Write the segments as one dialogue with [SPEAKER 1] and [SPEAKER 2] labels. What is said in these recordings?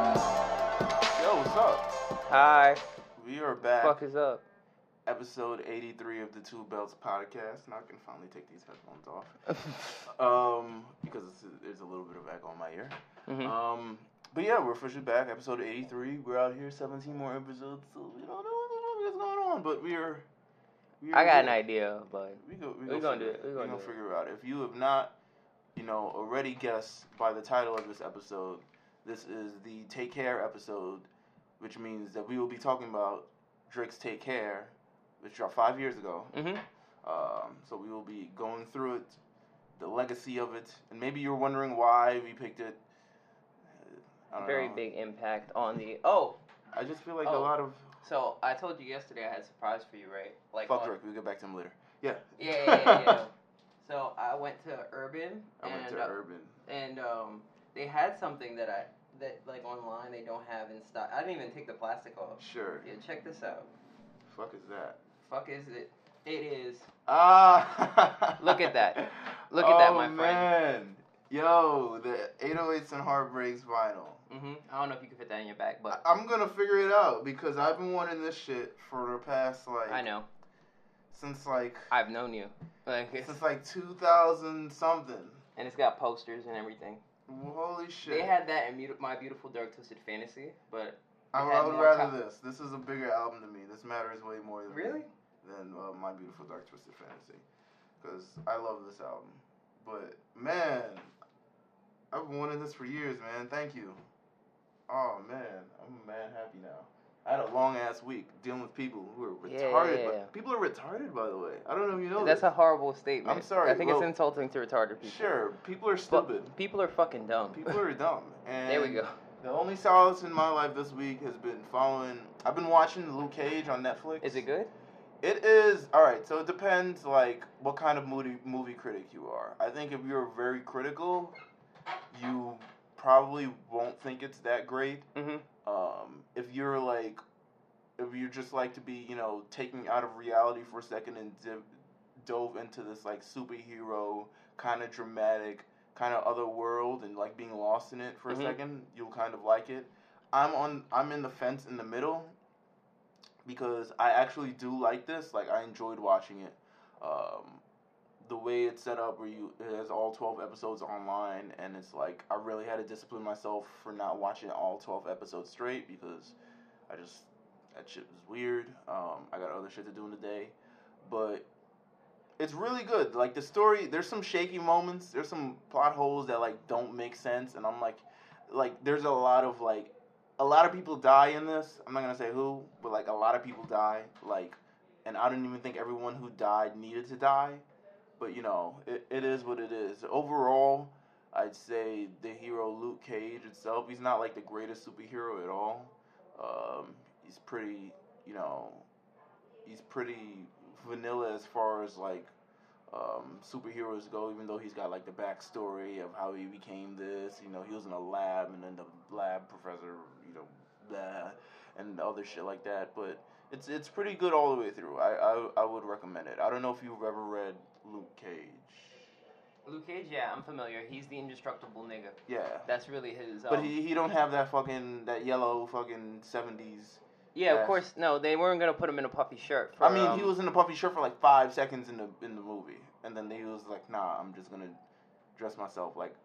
[SPEAKER 1] Yo, what's up?
[SPEAKER 2] Hi.
[SPEAKER 1] We are back.
[SPEAKER 2] Fuck is up.
[SPEAKER 1] Episode 83 of the Two Belts podcast. Now I can finally take these headphones off. Um, because it's, there's a little bit of echo in my ear.
[SPEAKER 2] Mhm.
[SPEAKER 1] Um, but yeah, we're officially back. Episode 83. We're out here. 17 more episodes. So we don't know what the fuck is going on, but we are. We
[SPEAKER 2] I got an
[SPEAKER 1] good.
[SPEAKER 2] idea, but
[SPEAKER 1] We go. We, gonna
[SPEAKER 2] We gonna
[SPEAKER 1] figure
[SPEAKER 2] do it.
[SPEAKER 1] We
[SPEAKER 2] We
[SPEAKER 1] gonna,
[SPEAKER 2] gonna do it.
[SPEAKER 1] figure it out. If you have not, you know, already guessed by the title of this episode, this is the Take Care episode, which means that we will be talking about Drake's Take Care, which dropped five years ago.
[SPEAKER 2] hmm
[SPEAKER 1] Um, so we will be going through it, the legacy of it, and maybe you're wondering why we picked it. I don't
[SPEAKER 2] very
[SPEAKER 1] know.
[SPEAKER 2] big impact on the. Oh,
[SPEAKER 1] I just feel like a
[SPEAKER 2] Oh.
[SPEAKER 1] lot of
[SPEAKER 2] so I told you yesterday I had a surprise for you, right? Like
[SPEAKER 1] fuck
[SPEAKER 2] on-
[SPEAKER 1] Drake. We'll get back to him later. Yeah.
[SPEAKER 2] Yeah, yeah, yeah. yeah. so I went to Urban
[SPEAKER 1] I
[SPEAKER 2] and
[SPEAKER 1] went to
[SPEAKER 2] uh,
[SPEAKER 1] Urban.
[SPEAKER 2] and um, they had something that I that like online they don't have in stock. I didn't even take the plastic off.
[SPEAKER 1] Sure.
[SPEAKER 2] Yeah, check this out.
[SPEAKER 1] Fuck is that?
[SPEAKER 2] Fuck is it? It is.
[SPEAKER 1] Ah!
[SPEAKER 2] Look at that. Look at that,
[SPEAKER 1] Oh,
[SPEAKER 2] my friend.
[SPEAKER 1] man. Yo, the 808s and Heartbreaks vinyl.
[SPEAKER 2] hmm I don't know if you can fit that in your back,
[SPEAKER 1] I-
[SPEAKER 2] but
[SPEAKER 1] I'm gonna figure it out because I've been wanting this shit for the past like
[SPEAKER 2] I know
[SPEAKER 1] since like
[SPEAKER 2] I've known you. Like, it's-
[SPEAKER 1] since like 2000 something.
[SPEAKER 2] and it's got posters and everything.
[SPEAKER 1] Well, Holy shit!
[SPEAKER 2] They had that in Mut- My Beautiful Dark Twisted Fantasy, but
[SPEAKER 1] I,
[SPEAKER 2] they had
[SPEAKER 1] I would
[SPEAKER 2] more
[SPEAKER 1] rather
[SPEAKER 2] co-
[SPEAKER 1] this. This is a bigger album to me. This matters way more than than uh, My Beautiful Dark Twisted Fantasy because I love this album. But man, I've wanted this for years, man. Thank you. Oh man, I'm mad happy now. I had a long ass week dealing with people who are
[SPEAKER 2] Yeah,
[SPEAKER 1] retarded.
[SPEAKER 2] yeah,
[SPEAKER 1] by-
[SPEAKER 2] yeah.
[SPEAKER 1] people are retarded, by the way. I don't know if you know
[SPEAKER 2] That's a
[SPEAKER 1] this.
[SPEAKER 2] horrible statement.
[SPEAKER 1] I'm sorry,
[SPEAKER 2] I think
[SPEAKER 1] well-
[SPEAKER 2] it's insulting to retarded people.
[SPEAKER 1] sure. People are
[SPEAKER 2] But
[SPEAKER 1] stupid.
[SPEAKER 2] people are fucking dumb.
[SPEAKER 1] people are dumb. And
[SPEAKER 2] there we go.
[SPEAKER 1] The only solace in my life this week has been following. I've been watching Luke Cage on Netflix.
[SPEAKER 2] Is it good?
[SPEAKER 1] It is all right. So it depends, like what kind of movie movie critic you are. I think if you're very critical, you probably won't think it's that great.
[SPEAKER 2] Mm-hmm.
[SPEAKER 1] Um, if you're like, if you just like to be, you know, taking out of reality for a second and div- dove into this like superhero kind of dramatic, kind of other world and like being lost in it for
[SPEAKER 2] Mhm.
[SPEAKER 1] a second, you'll kind of like it. I'm on. I'm in the fence in the middle because I actually do like this. Like I enjoyed watching it. Um, the way it's set up, where you it has all twelve episodes online, and it's like I really had to discipline myself for not watching all twelve episodes straight because I just that shit was weird. Um, I got other shit to do in the day, but it's really good. Like the story, there's some shaky moments. There's some plot holes that like don't make sense, and I'm like, like there's a lot of like a lot of people die in this. I'm not gonna say who, but like a lot of people die. Like, and I don't even think everyone who died needed to die. But you know, it, it is what it is. Overall, I'd say the hero Luke Cage itself. He's not like the greatest superhero at all. Um, he's pretty, you know, he's pretty vanilla as far as like um, superheroes go, even though he's got like the backstory of how he became this. You know, he was in a lab and then the lab professor, you know, blah, and other shit like that. But it's it's pretty good all the way through. I, I I would recommend it. I don't know if you've ever read Luke Cage.
[SPEAKER 2] Luke Cage, yeah, I'm familiar. He's the indestructible nigga.
[SPEAKER 1] Yeah.
[SPEAKER 2] That's really his. Um,
[SPEAKER 1] But he, he don't have that fucking that yellow fucking seventies.
[SPEAKER 2] yeah,
[SPEAKER 1] yes.
[SPEAKER 2] of course. No, they weren't gonna put him in a puffy shirt. For,
[SPEAKER 1] I mean, he
[SPEAKER 2] um,
[SPEAKER 1] was in a puffy shirt for like five seconds in the in the movie, and then he was like, "Nah, I'm just gonna dress myself like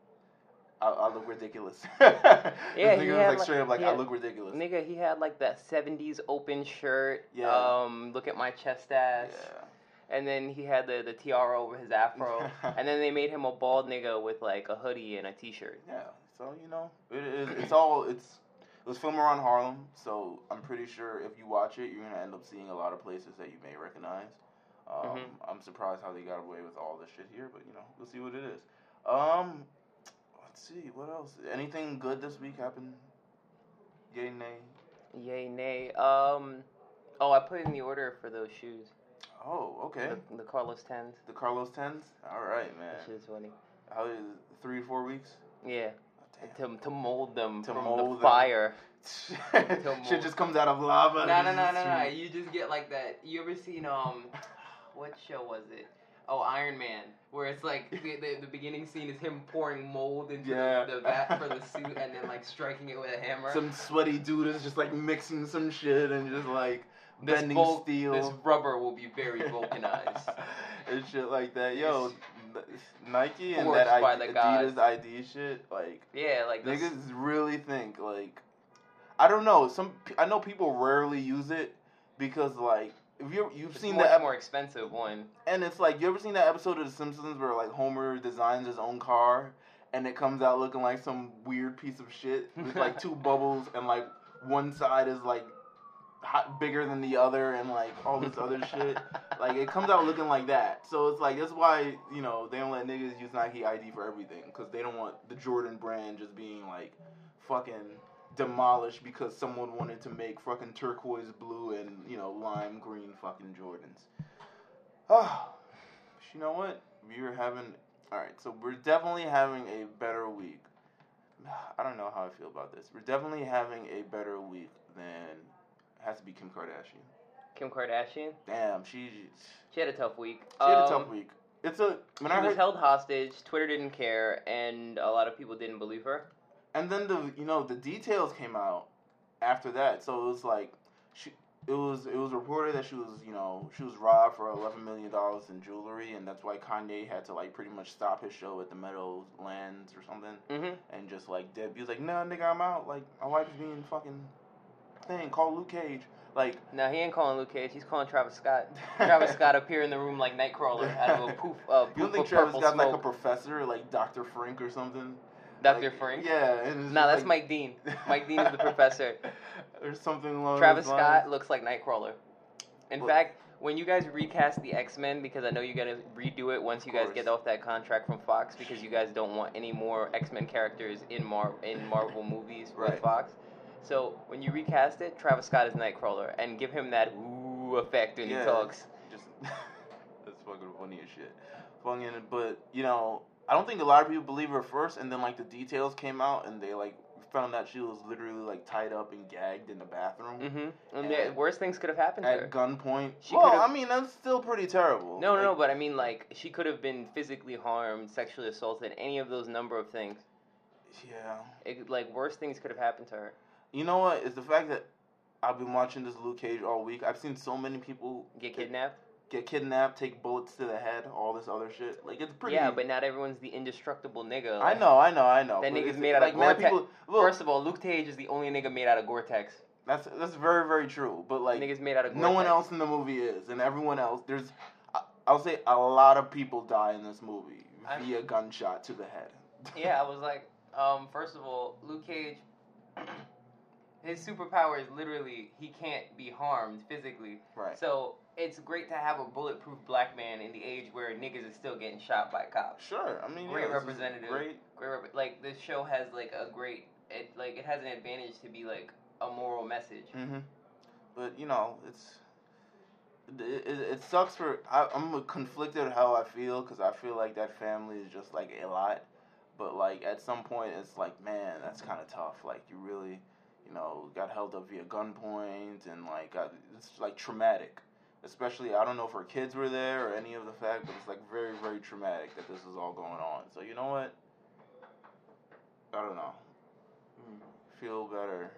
[SPEAKER 1] I, I look ridiculous." yeah,
[SPEAKER 2] Yeah,
[SPEAKER 1] nigga
[SPEAKER 2] he
[SPEAKER 1] was
[SPEAKER 2] had,
[SPEAKER 1] like
[SPEAKER 2] like-
[SPEAKER 1] straight up like,
[SPEAKER 2] he
[SPEAKER 1] "I
[SPEAKER 2] had-
[SPEAKER 1] look ridiculous."
[SPEAKER 2] Nigga, he had like that '70s open shirt.
[SPEAKER 1] Yeah.
[SPEAKER 2] Um, look at my chest ass.
[SPEAKER 1] yeah.
[SPEAKER 2] And then he had the the tiara over his afro. and then they made him a bald nigga with like a hoodie and a t-shirt.
[SPEAKER 1] yeah, so you know, it is. It's all. It's it was filmed around Harlem, so I'm pretty sure if you watch it, you're gonna end up seeing a lot of places that you may recognize. Um,
[SPEAKER 2] Mhm.
[SPEAKER 1] I'm surprised how they got away with all this shit here, but you know, we'll see what it is. Um, let's see what else. Anything good this week happened? Yay, nay.
[SPEAKER 2] Yay, nay. Um, oh, I put in the order for those shoes.
[SPEAKER 1] Oh, okay.
[SPEAKER 2] The, the Carlos tens, Eh.
[SPEAKER 1] The Carlos tens. All right, man.
[SPEAKER 2] which is funny.
[SPEAKER 1] How is three, four weeks?
[SPEAKER 2] Yeah, to, to mold them
[SPEAKER 1] To
[SPEAKER 2] from
[SPEAKER 1] mold
[SPEAKER 2] the
[SPEAKER 1] them.
[SPEAKER 2] fire.
[SPEAKER 1] Shit just comes out of lava.
[SPEAKER 3] No, no, no, no, no. You just get like that. You ever seen um, what show was it? Oh, Iron Man, where it's like the, the, the beginning scene is him pouring mold into
[SPEAKER 1] Yeah.
[SPEAKER 3] the, the vat for the suit and then like striking it with a hammer.
[SPEAKER 1] Some sweaty dude is just like mixing some shit and just like
[SPEAKER 3] this
[SPEAKER 1] bending
[SPEAKER 3] vul-
[SPEAKER 1] steel.
[SPEAKER 3] This rubber will be very vulcanized.
[SPEAKER 1] and shit like that. Yo,
[SPEAKER 3] It's
[SPEAKER 1] n- Nike and
[SPEAKER 3] forged
[SPEAKER 1] that ID,
[SPEAKER 3] by the gods.
[SPEAKER 1] Adidas ID shit, like
[SPEAKER 3] yeah, like this.
[SPEAKER 1] niggas really think like I don't know. Some p- I know people rarely use it because like if you you've
[SPEAKER 2] It's
[SPEAKER 1] seen
[SPEAKER 2] much
[SPEAKER 1] the ep-
[SPEAKER 2] more expensive one.
[SPEAKER 1] and it's like you ever seen that episode of The Simpsons where like Homer designs his own car and it comes out looking like some weird piece of shit with like two bubbles and like one side is like hot, bigger than the other and like all this other shit. Like it comes out looking like that. So it's like that's why you know they don't let niggas use Nike ID for everything because they don't want the Jordan brand just being like fucking demolished because someone wanted to make fucking turquoise blue and you know lime green fucking Jordans. Oh, you know what? We were having all right. So we're definitely having a better week. I don't know how I feel about this. We're definitely having a better week than has to be Kim Kardashian.
[SPEAKER 2] Kim Kardashian.
[SPEAKER 1] Damn, she she
[SPEAKER 2] She had a tough week.
[SPEAKER 1] had a tough
[SPEAKER 2] Um,
[SPEAKER 1] week. It's a when
[SPEAKER 2] she
[SPEAKER 1] I
[SPEAKER 2] was
[SPEAKER 1] heard,
[SPEAKER 2] held hostage. Twitter didn't care, and a lot of people didn't believe her.
[SPEAKER 1] and then the you know the details came out after that. So it was like she it was it was reported that she was you know she was robbed for eleven million dollars in jewelry, and that's why Kanye had to like pretty much stop his show at the Meadowlands or something.
[SPEAKER 2] Mm-hmm.
[SPEAKER 1] and just like dip. He was like, "Nah, nigga, I'm out. Like my wife's being fucking thing. Call Luke Cage. Like
[SPEAKER 2] Now he ain't calling Luke Cage. He's calling Travis Scott. Travis Scott appear in the room like Nightcrawler out of a poof, uh,
[SPEAKER 1] You don't
[SPEAKER 2] poof
[SPEAKER 1] think
[SPEAKER 2] of
[SPEAKER 1] Travis
[SPEAKER 2] purple
[SPEAKER 1] Scott's like a
[SPEAKER 2] smoke.
[SPEAKER 1] professor, like Doctor Frank or something?
[SPEAKER 2] Dr.
[SPEAKER 1] Like,
[SPEAKER 2] Frank.
[SPEAKER 1] Yeah. And it's
[SPEAKER 2] Nah,
[SPEAKER 1] just,
[SPEAKER 2] that's
[SPEAKER 1] like-
[SPEAKER 2] Mike Dean. Mike Dean is the professor.
[SPEAKER 1] or something along
[SPEAKER 2] Travis
[SPEAKER 1] those lines.
[SPEAKER 2] Scott looks like Nightcrawler. In
[SPEAKER 1] Look.
[SPEAKER 2] fact, when you guys recast the X Men, because I know you're gonna redo it once you guys
[SPEAKER 1] course.
[SPEAKER 2] get off that contract from Fox, because you guys don't want any more X Men characters in Mar in Marvel movies
[SPEAKER 1] Right.
[SPEAKER 2] with Fox. So when you recast it, Travis Scott is Nightcrawler, and give him that ooh effect when
[SPEAKER 1] Yeah.
[SPEAKER 2] he talks.
[SPEAKER 1] Just that's fucking funny as shit. Fucking, but you know, I don't think a lot of people believe her first, and then like the details came out, and they like found out she was literally like tied up and gagged in the bathroom.
[SPEAKER 2] hmm And
[SPEAKER 1] Yeah.
[SPEAKER 2] the worst things could have happened to her.
[SPEAKER 1] at gunpoint.
[SPEAKER 2] She
[SPEAKER 1] well,
[SPEAKER 2] could've-
[SPEAKER 1] I mean, that's still pretty terrible.
[SPEAKER 2] No, no, no,
[SPEAKER 1] Like,
[SPEAKER 2] but I mean, like, she could have been physically harmed, sexually assaulted, any of those number of things.
[SPEAKER 1] Yeah.
[SPEAKER 2] It, like, worse things could have happened to her.
[SPEAKER 1] You know what? It's the fact that I've been watching this Luke Cage all week. I've seen so many people
[SPEAKER 2] Get
[SPEAKER 1] They-
[SPEAKER 2] kidnapped?
[SPEAKER 1] get kidnapped, take bullets to the head, all this other shit. Like, it's pretty.
[SPEAKER 2] Yeah, but not everyone's the indestructible nigga.
[SPEAKER 1] I
[SPEAKER 2] like-
[SPEAKER 1] know, I know, I know.
[SPEAKER 2] That
[SPEAKER 1] but
[SPEAKER 2] nigga's
[SPEAKER 1] it's-
[SPEAKER 2] made out of
[SPEAKER 1] mad
[SPEAKER 2] Gore-Tex.
[SPEAKER 1] people- Look,
[SPEAKER 2] First of all, Luke Cage is the only nigga made out of Gore-Tex.
[SPEAKER 1] that's that's very very true. But like,
[SPEAKER 2] nigga's made out of Gore-Tex.
[SPEAKER 1] no one else in the movie is, and everyone else there's. I- I'll say a lot of people die in this movie
[SPEAKER 2] I'm-
[SPEAKER 1] via gunshot to the head.
[SPEAKER 2] Yeah, I was like, um, first of all, Luke Cage, his superpower is literally he can't be harmed physically.
[SPEAKER 1] right.
[SPEAKER 2] So it's great to have a bulletproof black man in the age where niggas is still getting shot by cops.
[SPEAKER 1] Sure. I mean,
[SPEAKER 2] Great
[SPEAKER 1] yeah, this is
[SPEAKER 2] representative.
[SPEAKER 1] Great.
[SPEAKER 2] great rep- like this show has like a great it like it has an advantage to be like a moral message
[SPEAKER 1] hmm But you know, it's it, it, it sucks for I, I'm conflicted how I feel because I feel like that family is just like a lot, but like at some point it's like man, that's kind of tough. Like you really, you know, got held up via gunpoint and like got, it's like traumatic. Especially, I don't know if her kids were there or any of the fact, but it's like very, very traumatic that this is all going on. So you know what? I don't know. Mm-hmm. Feel better.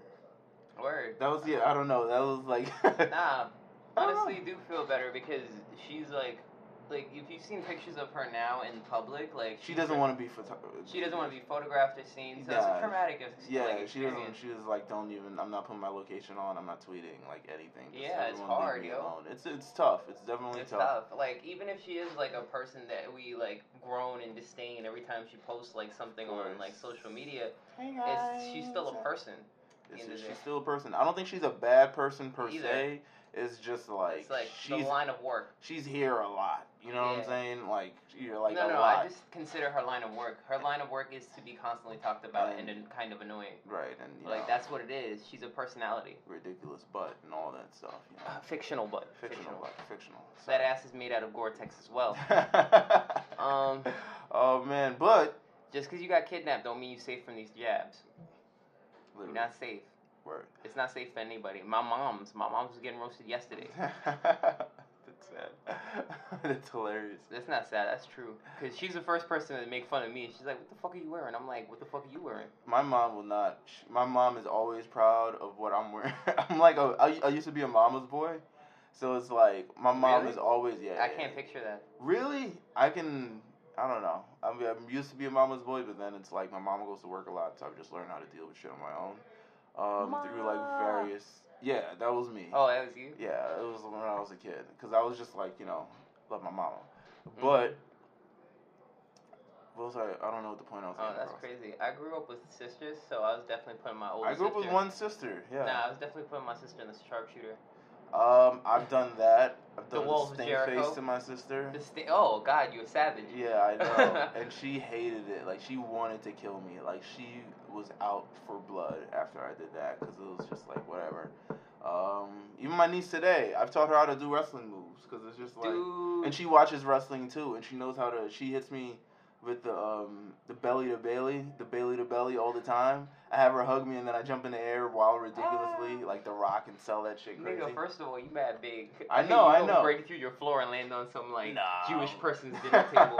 [SPEAKER 2] word
[SPEAKER 1] That was yeah. I don't know. That was like.
[SPEAKER 2] nah
[SPEAKER 1] I don't know.
[SPEAKER 2] honestly do feel better because she's like like if you've seen pictures of her now in public like
[SPEAKER 1] She
[SPEAKER 2] she's
[SPEAKER 1] doesn't
[SPEAKER 2] a-
[SPEAKER 1] want to be photographer.
[SPEAKER 2] she doesn't want to be photographed or seen so it's
[SPEAKER 1] Nah.
[SPEAKER 2] a traumatic ex-
[SPEAKER 1] Yeah,
[SPEAKER 2] like,
[SPEAKER 1] she doesn't.
[SPEAKER 2] experience.
[SPEAKER 1] She was like, don't even. I'm not putting my location on. I'm not tweeting like anything. Just
[SPEAKER 2] Yeah, it's
[SPEAKER 1] everyone leave
[SPEAKER 2] hard,
[SPEAKER 1] me
[SPEAKER 2] yo.
[SPEAKER 1] alone. It's it's tough. It's definitely
[SPEAKER 2] it's
[SPEAKER 1] tough.
[SPEAKER 2] tough. Like even if she is like a person that we like groan and disdain every time she posts like something on
[SPEAKER 1] course.
[SPEAKER 2] like social media,
[SPEAKER 1] Hey
[SPEAKER 2] it's she's still a
[SPEAKER 1] guys.
[SPEAKER 2] person.
[SPEAKER 1] It's-
[SPEAKER 2] in the day.
[SPEAKER 1] she's still a person. I don't think she's a bad person per
[SPEAKER 2] Either.
[SPEAKER 1] se. It's just like,
[SPEAKER 2] it's like the
[SPEAKER 1] she's
[SPEAKER 2] line of work.
[SPEAKER 1] she's here a lot. You know what
[SPEAKER 2] Yeah.
[SPEAKER 1] I'm saying? Like you're like
[SPEAKER 2] no,
[SPEAKER 1] a
[SPEAKER 2] no,
[SPEAKER 1] lot.
[SPEAKER 2] I just consider her line of work. Her line of work is to be constantly talked about
[SPEAKER 1] And-
[SPEAKER 2] and, and kind of annoying.
[SPEAKER 1] right, and you
[SPEAKER 2] Like
[SPEAKER 1] know,
[SPEAKER 2] that's what it is. She's a personality. Uh,
[SPEAKER 1] ridiculous butt and all that stuff. You know?
[SPEAKER 2] fictional, but
[SPEAKER 1] Fictional, butt, fictional.
[SPEAKER 2] That
[SPEAKER 1] Sorry.
[SPEAKER 2] ass is made out of Gore-Tex as well. Um,
[SPEAKER 1] oh man, but
[SPEAKER 2] Just because you got kidnapped don't mean you're safe from these jabs. You're
[SPEAKER 1] Literally.
[SPEAKER 2] not safe.
[SPEAKER 1] Word.
[SPEAKER 2] It's not safe for anybody. My mom's, my mom's was getting roasted yesterday.
[SPEAKER 1] That's sad. That's hilarious.
[SPEAKER 2] That's not sad. That's true. Cause she's the first person to make fun of me. and She's like, "What the fuck are you wearing?" I'm like, "What the fuck are you wearing?"
[SPEAKER 1] My mom will not. She, my mom is always proud of what I'm wearing. I'm like a, I, I used to be a mama's boy, so it's like my mom
[SPEAKER 2] Really?
[SPEAKER 1] is always yeah.
[SPEAKER 2] I
[SPEAKER 1] yeah,
[SPEAKER 2] can't
[SPEAKER 1] yeah.
[SPEAKER 2] picture that.
[SPEAKER 1] Really, I can. I don't know. I mean, I'm used to be a mama's boy, but then it's like my mom goes to work a lot, so I've just learned how to deal with shit on my own. Um, through
[SPEAKER 2] Ma.
[SPEAKER 1] like various. Yeah, that was me.
[SPEAKER 2] Oh, that was you.
[SPEAKER 1] Yeah, it was when I was a kid because I was just like you know love my mama,
[SPEAKER 2] Mm. Mm-hmm.
[SPEAKER 1] but what was I? I don't know what the point I was.
[SPEAKER 2] Oh,
[SPEAKER 1] getting
[SPEAKER 2] that's
[SPEAKER 1] across.
[SPEAKER 2] crazy. I grew up with sisters, so I was definitely putting my older
[SPEAKER 1] I grew up with
[SPEAKER 2] sister-
[SPEAKER 1] one sister. Yeah.
[SPEAKER 2] Nah, I was definitely putting my sister in the sharpshooter.
[SPEAKER 1] Um, I've done that. I've
[SPEAKER 2] The
[SPEAKER 1] done the,
[SPEAKER 2] Walls of
[SPEAKER 1] sting face
[SPEAKER 2] Jericho.
[SPEAKER 1] to my sister.
[SPEAKER 2] The sta- oh God, you a savage.
[SPEAKER 1] Yeah, I know. and she hated it. Like she wanted to kill me. Like she was out for blood after I did that because it was just like whatever. Um, even my niece today, I've taught her how to do wrestling moves because it's just like.
[SPEAKER 2] Dude.
[SPEAKER 1] And she watches wrestling too, and she knows how to. She hits me with the um the belly to belly, the belly to belly all the time. I have her hug me, and then I jump in the air while ridiculously, like the Rock, and sell that shit crazy.
[SPEAKER 2] Nigga, first of all, you mad big.
[SPEAKER 1] I
[SPEAKER 2] think
[SPEAKER 1] know,
[SPEAKER 2] you
[SPEAKER 1] I
[SPEAKER 2] gonna
[SPEAKER 1] know.
[SPEAKER 2] Break through your floor and land on some like
[SPEAKER 1] No.
[SPEAKER 2] Jewish person's dinner table.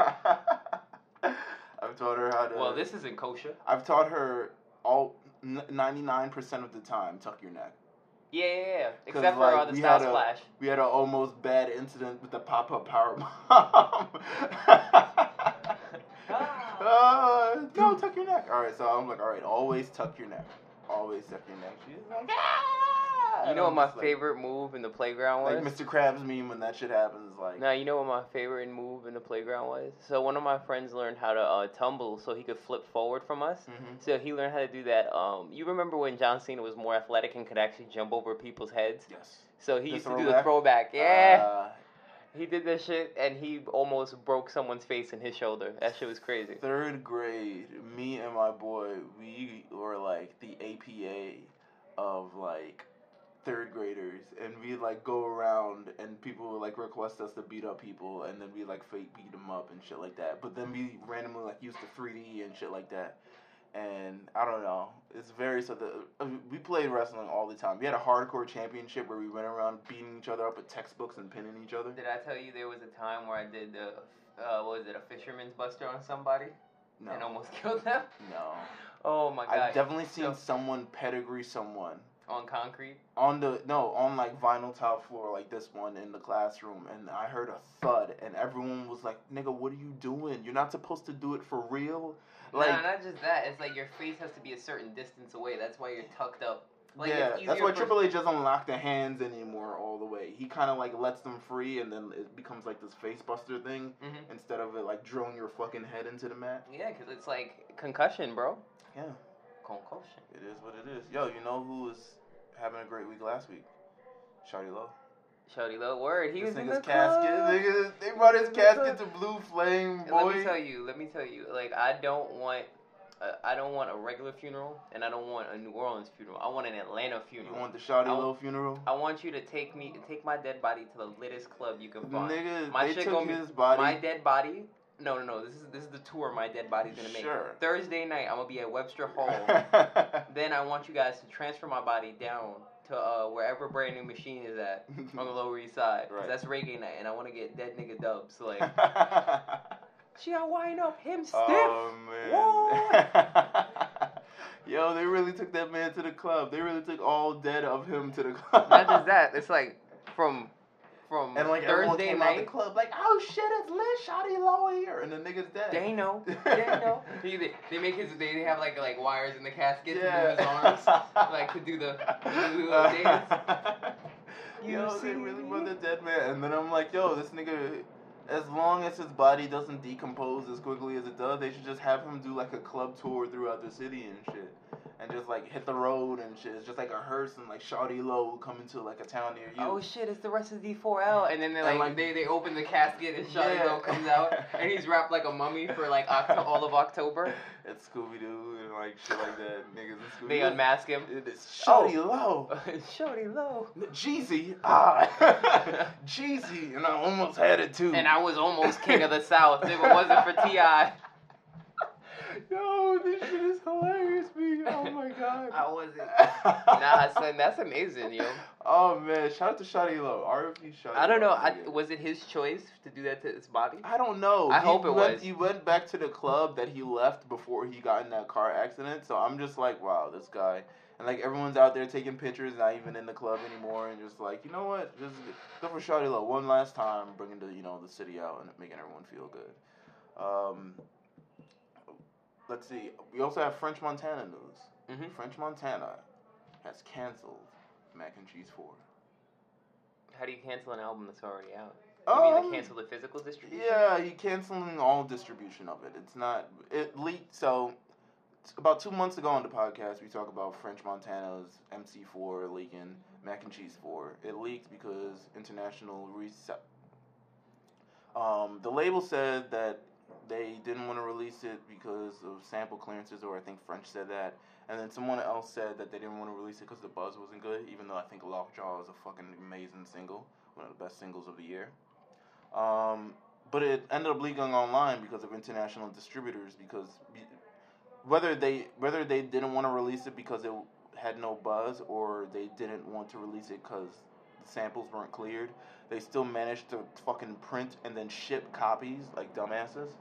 [SPEAKER 1] I've taught her how to.
[SPEAKER 2] well, this isn't kosher.
[SPEAKER 1] I've taught her all ninety nine percent of the time. Tuck your neck.
[SPEAKER 2] Yeah, yeah, yeah.
[SPEAKER 1] 'Cause,
[SPEAKER 2] Except for
[SPEAKER 1] like,
[SPEAKER 2] uh, the
[SPEAKER 1] we
[SPEAKER 2] style
[SPEAKER 1] had a-
[SPEAKER 2] splash.
[SPEAKER 1] We had an almost bad incident with the pop up power bomb. uh, no, tuck your neck. All right, so I'm like, all right, always tuck your neck. Always tuck your neck. She's like, ah!
[SPEAKER 2] You know what
[SPEAKER 1] I'm
[SPEAKER 2] my
[SPEAKER 1] just like-
[SPEAKER 2] favorite move in the playground was?
[SPEAKER 1] Like Mr. Krabs meme when that shit happens, like
[SPEAKER 2] Now you know what my favorite move in the playground was? So one of my friends learned how to uh, tumble so he could flip forward from us.
[SPEAKER 1] mhm.
[SPEAKER 2] So he learned how to do that. Um, you remember when John Cena was more athletic and could actually jump over people's heads?
[SPEAKER 1] yes,
[SPEAKER 2] So he
[SPEAKER 1] The
[SPEAKER 2] used to do the
[SPEAKER 1] throwback?
[SPEAKER 2] throwback. Yeah,
[SPEAKER 1] Uh,
[SPEAKER 2] he did this shit and he almost broke someone's face in his shoulder. That shit was crazy.
[SPEAKER 1] third grade, me and my boy, we were like the APA of like third graders, and we like go around and people would like request us to beat up people, and then we like fake beat them up and shit like that. But then we randomly like used the 3D and shit like that. And I don't know. It's very so the uh, we played wrestling all the time. We had a hardcore championship where we went around beating each other up with textbooks and pinning each other.
[SPEAKER 2] Did I tell you there was a time where I did the uh, what was it a fisherman's buster on somebody
[SPEAKER 1] No,
[SPEAKER 2] and almost killed them?
[SPEAKER 1] no.
[SPEAKER 2] Oh my god!
[SPEAKER 1] I've definitely seen
[SPEAKER 2] So-
[SPEAKER 1] someone pedigree someone
[SPEAKER 2] on concrete.
[SPEAKER 1] on the no on like vinyl tile floor like this one in the classroom and i heard a thud and everyone was like nigga what are you doing you're not supposed to do it for real like
[SPEAKER 2] nah, not just that. It's like your face has to be a certain distance away. That's why you're tucked up. Like,
[SPEAKER 1] yeah
[SPEAKER 2] it's
[SPEAKER 1] that's
[SPEAKER 2] easier
[SPEAKER 1] why
[SPEAKER 2] for-
[SPEAKER 1] triple h doesn't lock the hands anymore all the way he kind of like lets them free and then it becomes like this face buster thing
[SPEAKER 2] Mhm.
[SPEAKER 1] instead of it like drilling your fucking head into the mat
[SPEAKER 2] Yeah, because it's like concussion, bro.
[SPEAKER 1] yeah
[SPEAKER 2] Concussion.
[SPEAKER 1] it is what it is yo you know who was having a great week last week Shawty Low.
[SPEAKER 2] Shorty low word. He
[SPEAKER 1] this
[SPEAKER 2] was in
[SPEAKER 1] nigga's
[SPEAKER 2] the
[SPEAKER 1] casket.
[SPEAKER 2] club.
[SPEAKER 1] Nigga, they brought his
[SPEAKER 2] in the
[SPEAKER 1] casket
[SPEAKER 2] club.
[SPEAKER 1] to Blue Flame,
[SPEAKER 2] And
[SPEAKER 1] boy.
[SPEAKER 2] Let me tell you. Let me tell you. Like I don't want. Uh, I don't want a regular funeral, and I don't want a New Orleans funeral. I want an Atlanta
[SPEAKER 1] You
[SPEAKER 2] funeral.
[SPEAKER 1] want the Shawty
[SPEAKER 2] I-
[SPEAKER 1] Low funeral?
[SPEAKER 2] I want you to take me, take my dead body to the littest club you can find.
[SPEAKER 1] Nigga,
[SPEAKER 2] My
[SPEAKER 1] they
[SPEAKER 2] shit
[SPEAKER 1] took
[SPEAKER 2] gonna be-
[SPEAKER 1] his body.
[SPEAKER 2] My dead body. No, no, no. This is this is the tour my dead body's gonna make.
[SPEAKER 1] Sure.
[SPEAKER 2] Thursday night, I'm gonna be at Webster Hall. Then I want you guys to transfer my body down to uh, wherever Brand New Machine is at on the Lower East Side. 'cause
[SPEAKER 1] Right.
[SPEAKER 2] that's reggae night, and I want to get dead nigga dubs. Like, she gotta wind up him stiff.
[SPEAKER 1] oh man. Yo, they really took that man to the club. They really took all dead of him to the club.
[SPEAKER 2] Not just that. It's like from from
[SPEAKER 1] And like everyone
[SPEAKER 2] Thursday
[SPEAKER 1] came out the
[SPEAKER 2] night.
[SPEAKER 1] club like, oh shit, it's Liz Shawty Low here, and the nigga's dead.
[SPEAKER 2] They know. They know. He, they, they make his. They have like like wires in the casket to move his arms. like to do the, to do the dance. You
[SPEAKER 1] yo, they
[SPEAKER 2] see
[SPEAKER 1] really
[SPEAKER 2] me?
[SPEAKER 1] want the dead man. And then I'm like, yo, this nigga, as long as his body doesn't decompose as quickly as it does, they should just have him do like a club tour throughout the city and shit. And just like hit the road and shit. It's just like a hearse and like Shawty Low coming to like a town near you.
[SPEAKER 2] Oh shit! It's the rest of D4L, and then they like,
[SPEAKER 1] And, like-
[SPEAKER 2] they they open the casket and Shawty
[SPEAKER 1] Yeah.
[SPEAKER 2] Low comes out, and he's wrapped like a mummy for like Octo- all of October.
[SPEAKER 1] It's Scooby Doo and like shit like that. Niggas and Scooby
[SPEAKER 2] They Oh. unmask him.
[SPEAKER 1] It is Shawty Low.
[SPEAKER 2] Shawty Low.
[SPEAKER 1] Jeezy. Ah. Jeezy. And I almost had it too.
[SPEAKER 2] And I was almost king of the South if it wasn't for Ti.
[SPEAKER 1] Yo, this shit is hilarious, me. Oh my god.
[SPEAKER 2] I wasn't. nah, son, that's amazing, yo.
[SPEAKER 1] Oh man, shout out to Shotty Low. RFP Shotty.
[SPEAKER 2] I don't know.
[SPEAKER 1] Low,
[SPEAKER 2] I,
[SPEAKER 1] man.
[SPEAKER 2] was it his choice to do that to his body?
[SPEAKER 1] I don't know.
[SPEAKER 2] I hope it
[SPEAKER 1] went,
[SPEAKER 2] was.
[SPEAKER 1] He went back to the club that he left before he got in that car accident. So I'm just like, wow, this guy. And like everyone's out there taking pictures, not even in the club anymore, and just like, you know what? Just go for Shotty Low one last time, bringing the you know the city out and making everyone feel good. Um, let's see. We also have French Montana news.
[SPEAKER 2] Mhm.
[SPEAKER 1] French Montana has canceled Mac and Cheese Four.
[SPEAKER 2] How do you cancel an album that's already out? You mean
[SPEAKER 1] Um,
[SPEAKER 2] to cancel the physical distribution?
[SPEAKER 1] Yeah, he canceling all distribution of it. It's not it leaked. So t- about two months ago on the podcast, we talk about French Montana's MC4 leaking Mac and Cheese 4. It leaked because international reset. Um, the label said that they didn't want to release it because of sample clearances, or I think French said that. And then someone else said that they didn't want to release it because the buzz wasn't good, even though I think Lockjaw is a fucking amazing single, one of the best singles of the year. Um, but it ended up leaking online because of international distributors because be- whether they whether they didn't want to release it because it had no buzz or they didn't want to release it because the samples weren't cleared, they still managed to fucking print and then ship copies like dumbasses.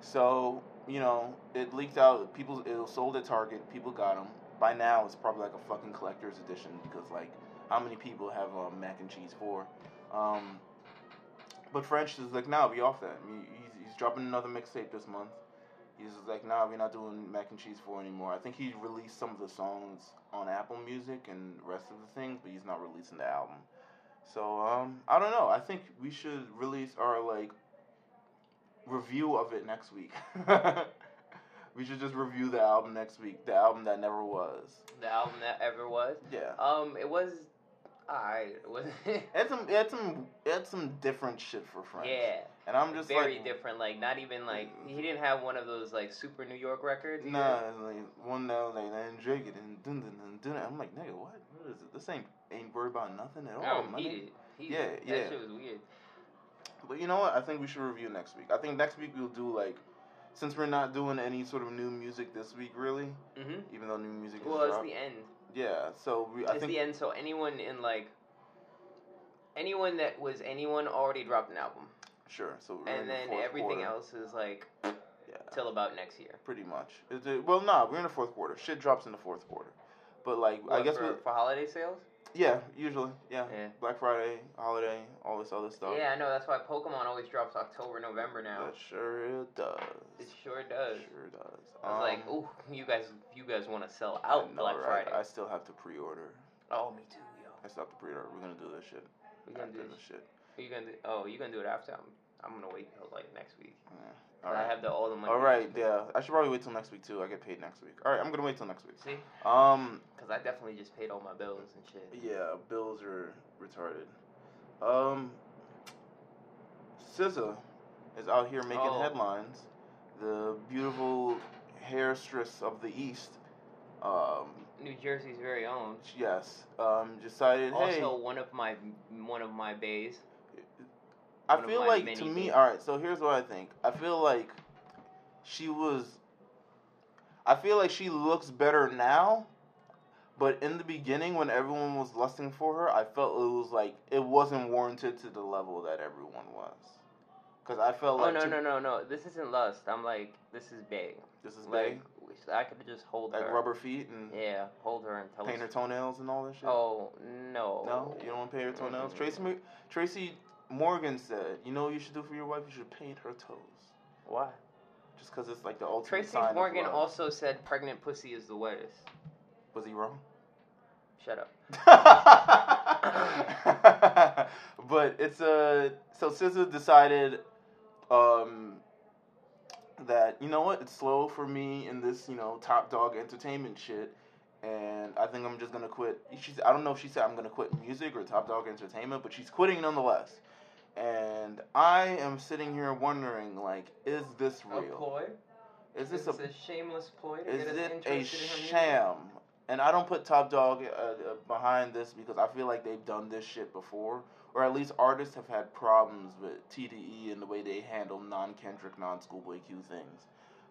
[SPEAKER 1] So you know it leaked out. People it was sold at Target. People got them. By now it's probably like a fucking collector's edition because like how many people have um, mac and cheese for? Um, but French is like, nah, we off that. I mean, he's, he's dropping another mixtape this month. He's just like, nah, we're not doing mac and cheese four anymore. I think he released some of the songs on Apple Music and rest of the things, but he's not releasing the album. So um, I don't know. I think we should release our like review of it next week. we should just review the album next week. The album that never was.
[SPEAKER 2] The album that ever was.
[SPEAKER 1] Yeah.
[SPEAKER 2] Um, it was. Alright, it was.
[SPEAKER 1] It's some, it's some, it's some different shit for French.
[SPEAKER 2] yeah.
[SPEAKER 1] And I'm just
[SPEAKER 2] very
[SPEAKER 1] like,
[SPEAKER 2] different. Like not even like he didn't have one of those like super New York records. either.
[SPEAKER 1] Nah, it's like one now like and Drake it and dun dun dun dun. I'm like, nigga, what? What is it? This ain't ain't worried about nothing at all.
[SPEAKER 2] no,
[SPEAKER 1] my
[SPEAKER 2] he
[SPEAKER 1] nigga.
[SPEAKER 2] did. He
[SPEAKER 1] Oh, Yeah,
[SPEAKER 2] did.
[SPEAKER 1] yeah.
[SPEAKER 2] That shit was weird.
[SPEAKER 1] But you know what? I think we should review next week. I think next week we'll do like, since we're not doing any sort of new music this week, really,
[SPEAKER 2] Mm-hmm.
[SPEAKER 1] even though new music is
[SPEAKER 2] Well,
[SPEAKER 1] out.
[SPEAKER 2] it's the end.
[SPEAKER 1] yeah. So we, I
[SPEAKER 2] it's
[SPEAKER 1] think
[SPEAKER 2] the end. So anyone in like anyone that was anyone already dropped an album,
[SPEAKER 1] sure. So we're in
[SPEAKER 2] and
[SPEAKER 1] the
[SPEAKER 2] then
[SPEAKER 1] fourth
[SPEAKER 2] everything
[SPEAKER 1] quarter,
[SPEAKER 2] else is like
[SPEAKER 1] Yeah.
[SPEAKER 2] till about next year.
[SPEAKER 1] pretty much. Is it- well, nah, we're in the fourth quarter. Shit drops in the fourth quarter. But like, I
[SPEAKER 2] What,
[SPEAKER 1] guess we,
[SPEAKER 2] for, for holiday sales.
[SPEAKER 1] yeah, usually, yeah.
[SPEAKER 2] Yeah.
[SPEAKER 1] Black Friday, holiday, all this other stuff.
[SPEAKER 2] Yeah, I know. That's why Pokemon always drops October, November now.
[SPEAKER 1] That sure does.
[SPEAKER 2] It sure does.
[SPEAKER 1] Sure does.
[SPEAKER 2] I was like,
[SPEAKER 1] Um,
[SPEAKER 2] ooh, you guys, you guys want to sell
[SPEAKER 1] I
[SPEAKER 2] out
[SPEAKER 1] know,
[SPEAKER 2] Black
[SPEAKER 1] right?
[SPEAKER 2] Friday?
[SPEAKER 1] I still have to pre-order.
[SPEAKER 2] Oh, me too, yo.
[SPEAKER 1] I still have to pre-order. We're gonna do this shit.
[SPEAKER 2] We gonna do
[SPEAKER 1] After
[SPEAKER 2] this.
[SPEAKER 1] this shit.
[SPEAKER 2] Are you gonna do? Oh, you gonna do it after? I'm, I'm gonna wait till like next week.
[SPEAKER 1] Yeah.
[SPEAKER 2] 'Cause
[SPEAKER 1] All
[SPEAKER 2] I
[SPEAKER 1] right.
[SPEAKER 2] have the all the money.
[SPEAKER 1] All right. Yeah. I should probably wait till next week too. I get paid next week. All right. I'm gonna wait till next week.
[SPEAKER 2] See,
[SPEAKER 1] Um.
[SPEAKER 2] because I definitely just paid all my bills and shit.
[SPEAKER 1] Yeah. Bills are retarded. Um. SZA is out here making
[SPEAKER 2] Oh.
[SPEAKER 1] headlines. The beautiful hairstress of the East. Um.
[SPEAKER 2] New Jersey's very own.
[SPEAKER 1] Yes. Um. Decided. hey.
[SPEAKER 2] Also, one of my one of my bays.
[SPEAKER 1] I
[SPEAKER 2] one of
[SPEAKER 1] feel
[SPEAKER 2] my
[SPEAKER 1] like
[SPEAKER 2] many
[SPEAKER 1] to me,
[SPEAKER 2] things.
[SPEAKER 1] all right. So here's what I think. I feel like she was. I feel like she looks better now, but in the beginning, when everyone was lusting for her, I felt it was like it wasn't warranted to the level that everyone was. Because I felt
[SPEAKER 2] Oh
[SPEAKER 1] like
[SPEAKER 2] no
[SPEAKER 1] to-
[SPEAKER 2] no no no! This isn't lust. I'm like this is bae.
[SPEAKER 1] this is
[SPEAKER 2] Like
[SPEAKER 1] like
[SPEAKER 2] I could just hold
[SPEAKER 1] like
[SPEAKER 2] her.
[SPEAKER 1] rubber feet and
[SPEAKER 2] Yeah, hold her and tell
[SPEAKER 1] paint her
[SPEAKER 2] her.
[SPEAKER 1] toenails and all that shit.
[SPEAKER 2] Oh no.
[SPEAKER 1] No, you don't want to paint her toenails.
[SPEAKER 2] Mm.
[SPEAKER 1] Tracy Tracy Mc- Tracy Morgan said, "You know what you should do for your wife? You should paint her toes."
[SPEAKER 2] Why?
[SPEAKER 1] Just because it's like the ultimate
[SPEAKER 2] Tracy
[SPEAKER 1] sign of
[SPEAKER 2] Morgan
[SPEAKER 1] love.
[SPEAKER 2] also said pregnant pussy is the wettest.
[SPEAKER 1] Was he wrong?
[SPEAKER 2] Shut up.
[SPEAKER 1] but it's a so SZA decided um, that you know what it's slow for me in this you know top dog entertainment shit, and I think I'm just gonna quit. She's I don't know if she said I'm gonna quit music or top dog entertainment, but she's quitting nonetheless. And I am sitting here wondering like, is this real? Is this a
[SPEAKER 2] shameless ploy
[SPEAKER 1] is it a sham? And I don't put Top Dog uh, uh, behind this because I feel like they've done this shit before, or at least artists have E had problems with TDE and the way they handle non Kendrick, non Schoolboy Q things.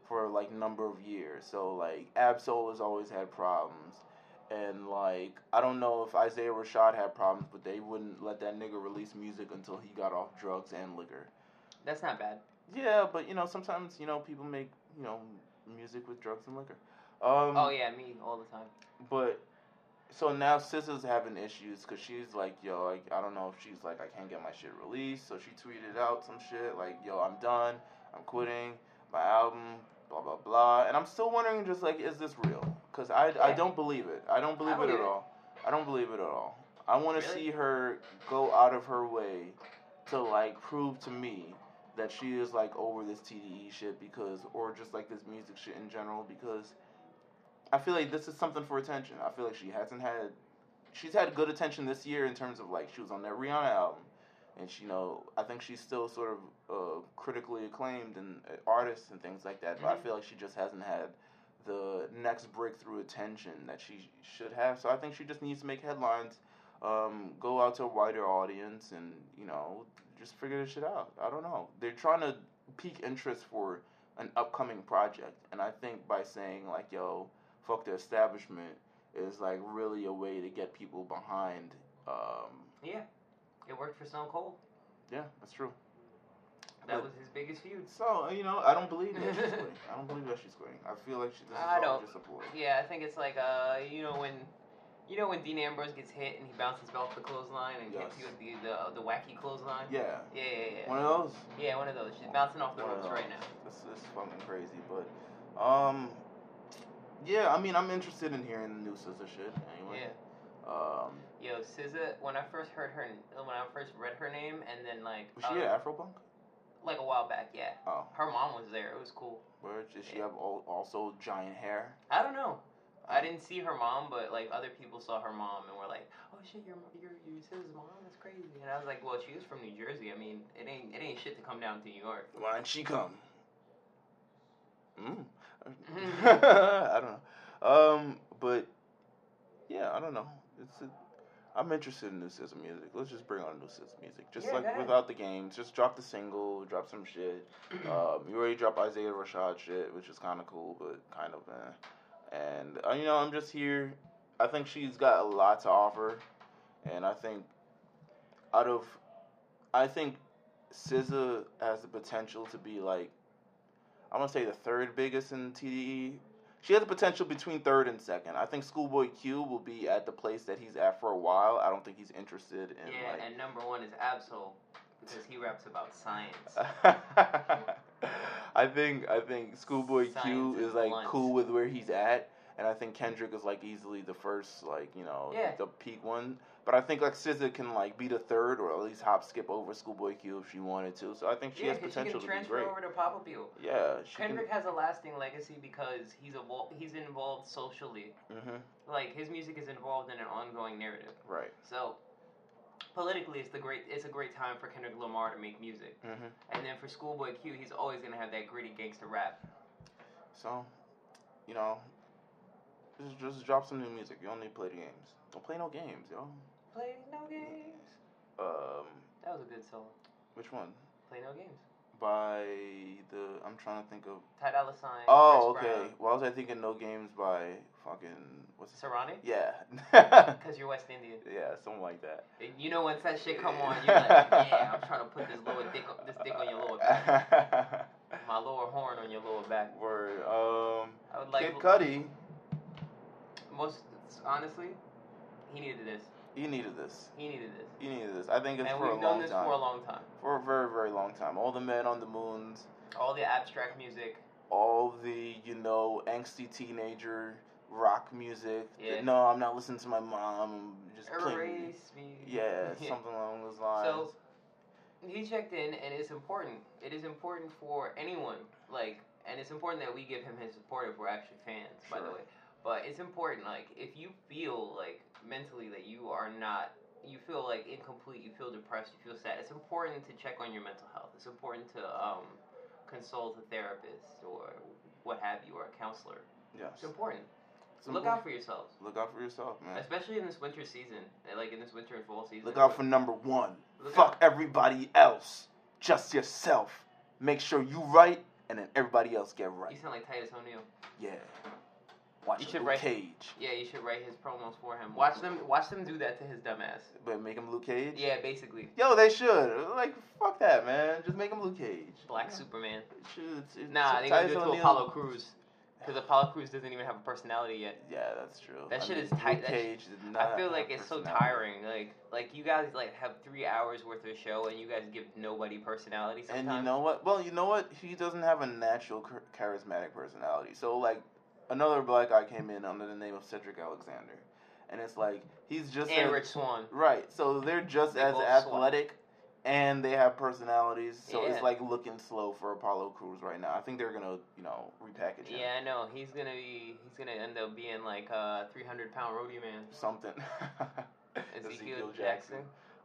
[SPEAKER 1] for like number of years. So like Absol has always had problems. And like I don't know if Isaiah Rashad had problems, but they wouldn't let that nigga release music until he got off drugs and liquor.
[SPEAKER 2] That's not bad.
[SPEAKER 1] Yeah, but you know sometimes you know people make you know music with drugs and liquor.
[SPEAKER 2] Um, oh yeah, me all the time.
[SPEAKER 1] But so now SZA's having issues because she's like, yo, like I don't know if she's like I can't get my shit released, so she tweeted out some shit like, yo, I'm done, I'm quitting my album, blah blah blah, and I'm still wondering just like, is this real? Because I yeah. I don't believe it. I don't believe I it at it. all. I don't believe it at all. I want to really? see her go out of her way to like prove to me that she is like over this TDE shit because, or just like this music shit in general because. I feel like this is something for attention. I feel like she hasn't had, she's had good attention this year in terms of like she was on that Rihanna album, and she you know I think she's still sort of uh, critically acclaimed and uh, artists and things like that. But mm-hmm. I feel like she just hasn't had the next breakthrough attention that she should have. So I think she just needs to make headlines, um, go out to a wider audience, and you know just figure this shit out. I don't know. They're trying to pique interest for an upcoming project, and I think by saying like yo fuck the establishment is like really a way to get people behind. Um,
[SPEAKER 2] yeah, it worked for Stone Cold.
[SPEAKER 1] Yeah, that's true.
[SPEAKER 2] That but was his biggest feud.
[SPEAKER 1] So uh, you know, I don't believe that she's quitting. I don't believe that she's quitting. I feel like she. This is I all don't. Just a ploy.
[SPEAKER 2] Yeah, I think it's like uh, you know when. You know when Dean Ambrose gets hit and he bounces off the clothesline and yes. hits you with the, uh, the, the wacky clothesline?
[SPEAKER 1] Yeah.
[SPEAKER 2] yeah. Yeah, yeah,
[SPEAKER 1] One of those?
[SPEAKER 2] Yeah, one of those. She's bouncing off the ropes right now.
[SPEAKER 1] This is fucking crazy, but um, yeah, I mean, I'm interested in hearing the new SZA shit. Anyway.
[SPEAKER 2] Yeah. Um, Yo, SZA. When I first heard her, when I first read her name, and then like. uh,
[SPEAKER 1] Was um, she at Afropunk?
[SPEAKER 2] Like a while back, yeah.
[SPEAKER 1] Oh.
[SPEAKER 2] Her mom was there. It was cool.
[SPEAKER 1] Where did she yeah. have all, also giant hair?
[SPEAKER 2] I don't know. I
[SPEAKER 1] Oh.
[SPEAKER 2] didn't see her mom, but like other people saw her mom and were like, "Oh shit, your your your SZA's mom? That's crazy." And I was like, "Well, she is from New Jersey. I mean, it ain't it ain't shit to come down to New York."
[SPEAKER 1] Why didn't she come? Mm. I don't know. Um, but yeah, I don't know. It's a, I'm interested in new SZA music. Let's just bring on new SZA music. Just yeah, like without the games, just drop the single, drop some shit. um, you already dropped Isaiah Rashad shit, which is kind of cool, but kind of eh. And uh, you know, I'm just here. I think she's got a lot to offer, and I think out of, I think SZA has the potential to be like I want to say the third biggest in TDE. She has the potential between third and second. I think Schoolboy Q will be at the place that he's at for a while. I don't think he's interested in.
[SPEAKER 2] Yeah,
[SPEAKER 1] like...
[SPEAKER 2] and number one is Absol because he raps about science.
[SPEAKER 1] Uh, I think I think Schoolboy science Q is, is like blunt. cool with where he's at, and I think Kendrick is like easily the first, like you know,
[SPEAKER 2] yeah.
[SPEAKER 1] the peak one. But I think like SZA can like be the third or at least hop skip over Schoolboy Q if she wanted to. So I think she
[SPEAKER 2] yeah,
[SPEAKER 1] has potential
[SPEAKER 2] she
[SPEAKER 1] can to be great.
[SPEAKER 2] transfer over to Papa Bill.
[SPEAKER 1] Yeah,
[SPEAKER 2] Kendrick can... has a lasting legacy because he's evol- he's involved socially.
[SPEAKER 1] Mm-hmm.
[SPEAKER 2] Like his music is involved in an ongoing narrative.
[SPEAKER 1] Right.
[SPEAKER 2] So politically, it's the great it's a great time for Kendrick Lamar to make music.
[SPEAKER 1] Mm-hmm.
[SPEAKER 2] And then for Schoolboy Q, he's always gonna have that gritty gangster rap.
[SPEAKER 1] So, you know, just just drop some new music. You don't need to play the games. Don't play no games, yo.
[SPEAKER 2] Play No Games.
[SPEAKER 1] Um.
[SPEAKER 2] That was a good song.
[SPEAKER 1] Which one?
[SPEAKER 2] Play No Games.
[SPEAKER 1] By the I'm trying to think of.
[SPEAKER 2] Ty Dolla Sign.
[SPEAKER 1] Oh, Chris okay. Brown. Why was I thinking No Games by fucking what's
[SPEAKER 2] it? Serrani?
[SPEAKER 1] Yeah.
[SPEAKER 2] Because you're West Indian.
[SPEAKER 1] Yeah, something like that.
[SPEAKER 2] You know once that shit come on, you're like, yeah, I'm trying to put this lower dick, on, this dick on your lower back, my lower horn on your lower back.
[SPEAKER 1] Word. Um.
[SPEAKER 2] I would like
[SPEAKER 1] Kid Cudi.
[SPEAKER 2] Most honestly, he needed this.
[SPEAKER 1] You needed this.
[SPEAKER 2] He needed this.
[SPEAKER 1] You needed this. I think it's and for a long time. we've done this
[SPEAKER 2] for a long time.
[SPEAKER 1] For a very, very long time. All the men on the moons.
[SPEAKER 2] All the abstract music.
[SPEAKER 1] All the you know angsty teenager rock music. Yeah. The, no, I'm not listening to my mom. I'm just
[SPEAKER 2] erase
[SPEAKER 1] playing. me. Yeah, yeah, something along those lines.
[SPEAKER 2] So he checked in, and it's important. It is important for anyone. Like, and it's important that we give him his support if we're actually fans. Sure. By the way but it's important like if you feel like mentally that you are not you feel like incomplete you feel depressed you feel sad it's important to check on your mental health it's important to um, consult a therapist or what have you or a counselor
[SPEAKER 1] yes
[SPEAKER 2] it's important it's look important. out for yourselves
[SPEAKER 1] look out for yourself man
[SPEAKER 2] especially in this winter season like in this winter and fall season
[SPEAKER 1] look out for number one fuck out. everybody else just yourself make sure you right and then everybody else get right.
[SPEAKER 2] You sound like Titus O'Neil.
[SPEAKER 1] Yeah. Watch
[SPEAKER 2] You
[SPEAKER 1] you
[SPEAKER 2] should
[SPEAKER 1] Luke
[SPEAKER 2] write-
[SPEAKER 1] Cage,
[SPEAKER 2] Yeah, you should write his promos for him. Watch them. Watch them do that to his dumbass.
[SPEAKER 1] but make him Luke Cage.
[SPEAKER 2] Yeah, basically.
[SPEAKER 1] Yo, they should. Like, fuck that, man. Just make him Luke Cage.
[SPEAKER 2] Black
[SPEAKER 1] Yeah.
[SPEAKER 2] Superman.
[SPEAKER 1] Shoot, it's- it's-
[SPEAKER 2] Nah, they gotta
[SPEAKER 1] Titus
[SPEAKER 2] do it to
[SPEAKER 1] O'Neil-
[SPEAKER 2] Apollo Crews. Because Apollo Crews doesn't even have a personality yet.
[SPEAKER 1] Yeah, that's true.
[SPEAKER 2] That
[SPEAKER 1] I
[SPEAKER 2] shit
[SPEAKER 1] mean,
[SPEAKER 2] is tight-
[SPEAKER 1] Luke
[SPEAKER 2] that shit-
[SPEAKER 1] Cage did not
[SPEAKER 2] I feel
[SPEAKER 1] have
[SPEAKER 2] like it's so
[SPEAKER 1] personality.
[SPEAKER 2] tiring. Like, like you guys like have three hours worth of show, and you guys give nobody personality. Sometimes.
[SPEAKER 1] And you know what? Well, you know what? He doesn't have a natural char- charismatic personality. So like another black guy came in under the name of Cedric Alexander, and it's like he's just
[SPEAKER 2] and
[SPEAKER 1] a-
[SPEAKER 2] Rich Swan.
[SPEAKER 1] right. So they're just
[SPEAKER 2] They
[SPEAKER 1] as
[SPEAKER 2] both swat.
[SPEAKER 1] athletic. And they have personalities, so
[SPEAKER 2] Yeah.
[SPEAKER 1] it's like looking slow for Apollo Crews right now. I think they're gonna, you know, repackage him.
[SPEAKER 2] Yeah, I know. He's gonna be. He's gonna end up being like a 300 pound rodeo man.
[SPEAKER 1] Something.
[SPEAKER 2] Ezekiel, Jackson.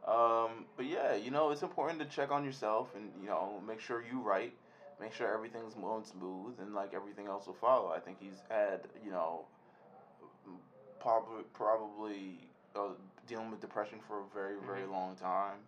[SPEAKER 1] Um, but yeah, you know, it's important to check on yourself and, you know, make sure you right, make sure everything's moving smooth and like everything else will follow. I think he's had, you know, probably, probably uh, dealing with depression for a very, very
[SPEAKER 2] Mhm.
[SPEAKER 1] long time.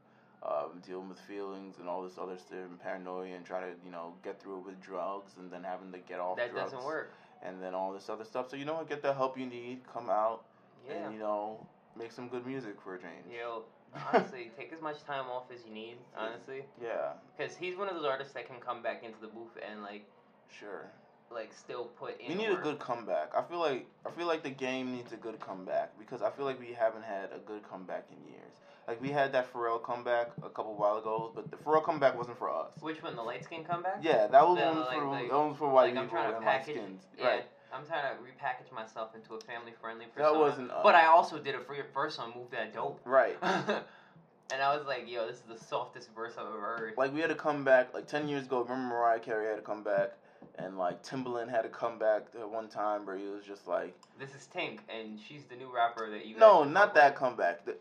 [SPEAKER 1] Um, dealing with feelings and all this other stuff and paranoia and trying to, you know, get through it with drugs and then having to get off
[SPEAKER 2] That
[SPEAKER 1] drugs
[SPEAKER 2] doesn't work.
[SPEAKER 1] and then all this other stuff. So, you know what? Get the help you need, come out
[SPEAKER 2] Yeah.
[SPEAKER 1] and, you know, make some good music for a change.
[SPEAKER 2] Yo, honestly, take as much time off as you need. Honestly,
[SPEAKER 1] Yeah,
[SPEAKER 2] because he's one of those artists that can come back into the booth and like,
[SPEAKER 1] sure.
[SPEAKER 2] like still put in.
[SPEAKER 1] We need a
[SPEAKER 2] work.
[SPEAKER 1] good comeback. I feel like I feel like the game needs a good comeback because I feel like we haven't had a good comeback in years. Like we had that Pharrell comeback a couple while ago, but the Pharrell comeback wasn't for us.
[SPEAKER 2] Which one? The light skin comeback?
[SPEAKER 1] Yeah, that was
[SPEAKER 2] The,
[SPEAKER 1] one
[SPEAKER 2] like-
[SPEAKER 1] for
[SPEAKER 2] like-
[SPEAKER 1] that was for white
[SPEAKER 2] like, I'm
[SPEAKER 1] people
[SPEAKER 2] trying to
[SPEAKER 1] and light
[SPEAKER 2] package-
[SPEAKER 1] skins,
[SPEAKER 2] Yeah,
[SPEAKER 1] right?
[SPEAKER 2] I'm trying to repackage myself into a family friendly persona.
[SPEAKER 1] That wasn't us.
[SPEAKER 2] But I also did a free verse on Move That Dope.
[SPEAKER 1] right.
[SPEAKER 2] and I was like, yo, this is the softest verse I've ever heard.
[SPEAKER 1] Like we had a comeback like ten years ago. Remember Mariah Carey had a comeback, and like Timbaland had a comeback at one time where he was just like.
[SPEAKER 2] This is Tink, and she's the new rapper that you
[SPEAKER 1] No,
[SPEAKER 2] guys
[SPEAKER 1] not that comeback. The,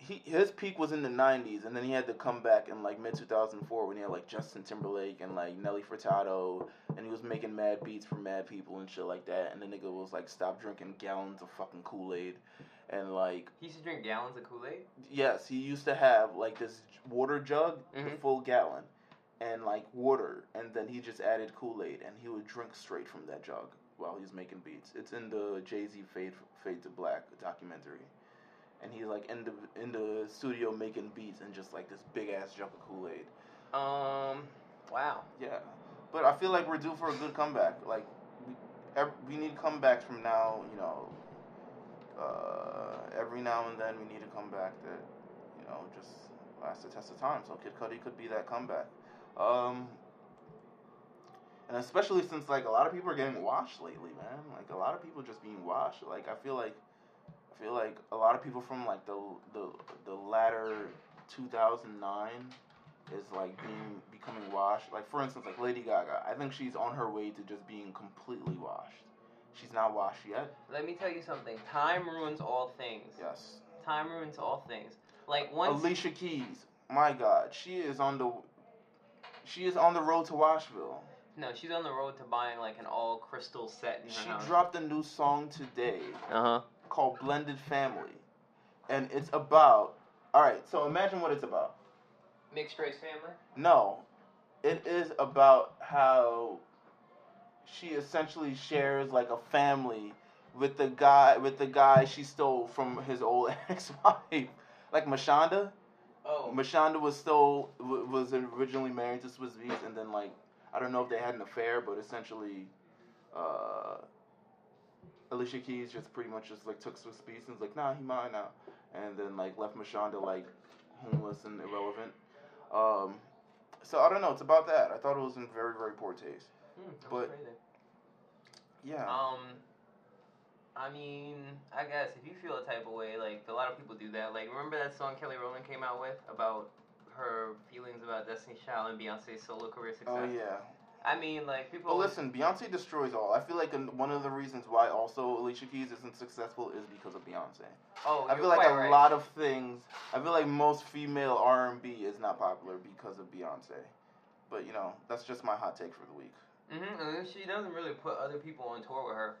[SPEAKER 1] he his peak was in the '90s, and then he had to come back in like mid 2004 when he had like Justin Timberlake and like Nelly Furtado, and he was making mad beats for mad people and shit like that. And the nigga was like, stop drinking gallons of fucking Kool Aid, and like,
[SPEAKER 2] He used to drink gallons of Kool Aid?
[SPEAKER 1] yes, he used to have like this water jug, the
[SPEAKER 2] Mhm.
[SPEAKER 1] full gallon, and like water, and then he just added Kool Aid, and he would drink straight from that jug while he was making beats. It's in the Jay Z Fade Fade to Black documentary, and he's like in the in the studio making beats and just like this big ass jug of Kool Aid.
[SPEAKER 2] Um, wow.
[SPEAKER 1] Yeah, but I feel like we're due for a good comeback. Like we, ev- we need comebacks from now. You know, uh, every now and then we need a comeback that you know just lasts the test of time. So Kid Cudi could be that comeback. Um, and especially since like a lot of people are getting washed lately, man. Like a lot of people just being washed. Like I feel like I feel like a lot of people from like the the the latter 2009 is like being becoming washed. Like for instance, like Lady Gaga. I think she's on her way to just being completely washed. She's not washed yet.
[SPEAKER 2] Let me tell you something. Time ruins all things.
[SPEAKER 1] Yes.
[SPEAKER 2] Time ruins all things. Like, once.
[SPEAKER 1] Alicia Keys. My God, she is on the she is on the road to Washville.
[SPEAKER 2] No, she's on the road to buying, like, an all crystal set in her
[SPEAKER 1] She
[SPEAKER 2] house.
[SPEAKER 1] dropped a new song today
[SPEAKER 2] uh huh.
[SPEAKER 1] called Blended Family, and it's about. All right, so imagine what it's about.
[SPEAKER 2] Mixed race family?
[SPEAKER 1] No, it is about how she essentially shares like a family with the guy with the guy she stole from his old ex-wife, like Mashonda.
[SPEAKER 2] Oh.
[SPEAKER 1] Mashonda was still w- was originally married to Swiss Beats, and then like I don't know if they had an affair, but essentially, uh, Alicia Keys just pretty much just like took Swiss Beats and was like, nah, he mine now, and then like left Mashonda like homeless and irrelevant. Um, so I don't know. It's about that. I thought it was in very very poor taste.
[SPEAKER 2] Hmm, that was
[SPEAKER 1] but-
[SPEAKER 2] crazy.
[SPEAKER 1] Yeah.
[SPEAKER 2] Um, I mean, I guess if you feel a type of way, like a lot of people do that. Like, remember that song Kelly Rowland came out with about her feelings about Destiny's Child and Beyonce's solo career success?
[SPEAKER 1] Oh yeah.
[SPEAKER 2] I mean, like people.
[SPEAKER 1] But listen, Beyonce destroys all. I feel like an- one of the reasons why also Alicia Keys isn't successful is because of Beyonce.
[SPEAKER 2] oh,
[SPEAKER 1] I
[SPEAKER 2] you're
[SPEAKER 1] feel like
[SPEAKER 2] quite
[SPEAKER 1] a
[SPEAKER 2] right.
[SPEAKER 1] lot of things. I feel like most female R and B is not popular because of Beyonce. But you know, that's just my hot take for the week.
[SPEAKER 2] Mm-hmm, and then she doesn't really put other people on tour with her.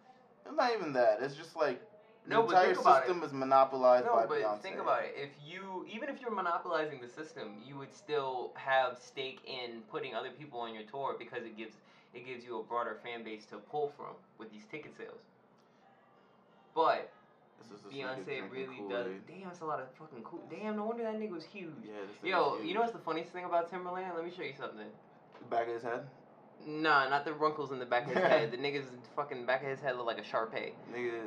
[SPEAKER 1] It's not even that. It's just like the
[SPEAKER 2] No, but
[SPEAKER 1] entire
[SPEAKER 2] think about
[SPEAKER 1] system is monopolized
[SPEAKER 2] No,
[SPEAKER 1] by
[SPEAKER 2] but
[SPEAKER 1] Beyonce.
[SPEAKER 2] think about it. If you, even if you're monopolizing the system, you would still have stake in putting other people on your tour because it gives it gives you a broader fan base to pull from with these ticket sales. But Beyonce really Kool-Aid. does. Damn, it's a lot of fucking cool. Damn, no wonder that nigga was huge.
[SPEAKER 1] Yeah,
[SPEAKER 2] Yo,
[SPEAKER 1] huge.
[SPEAKER 2] you know what's the funniest thing about Timberland? Let me show you something.
[SPEAKER 1] The back of his head.
[SPEAKER 2] Nah, not the wrinkles in the back of his head. The nigga's fucking back of his head look like a Sharpay.
[SPEAKER 1] Nigga,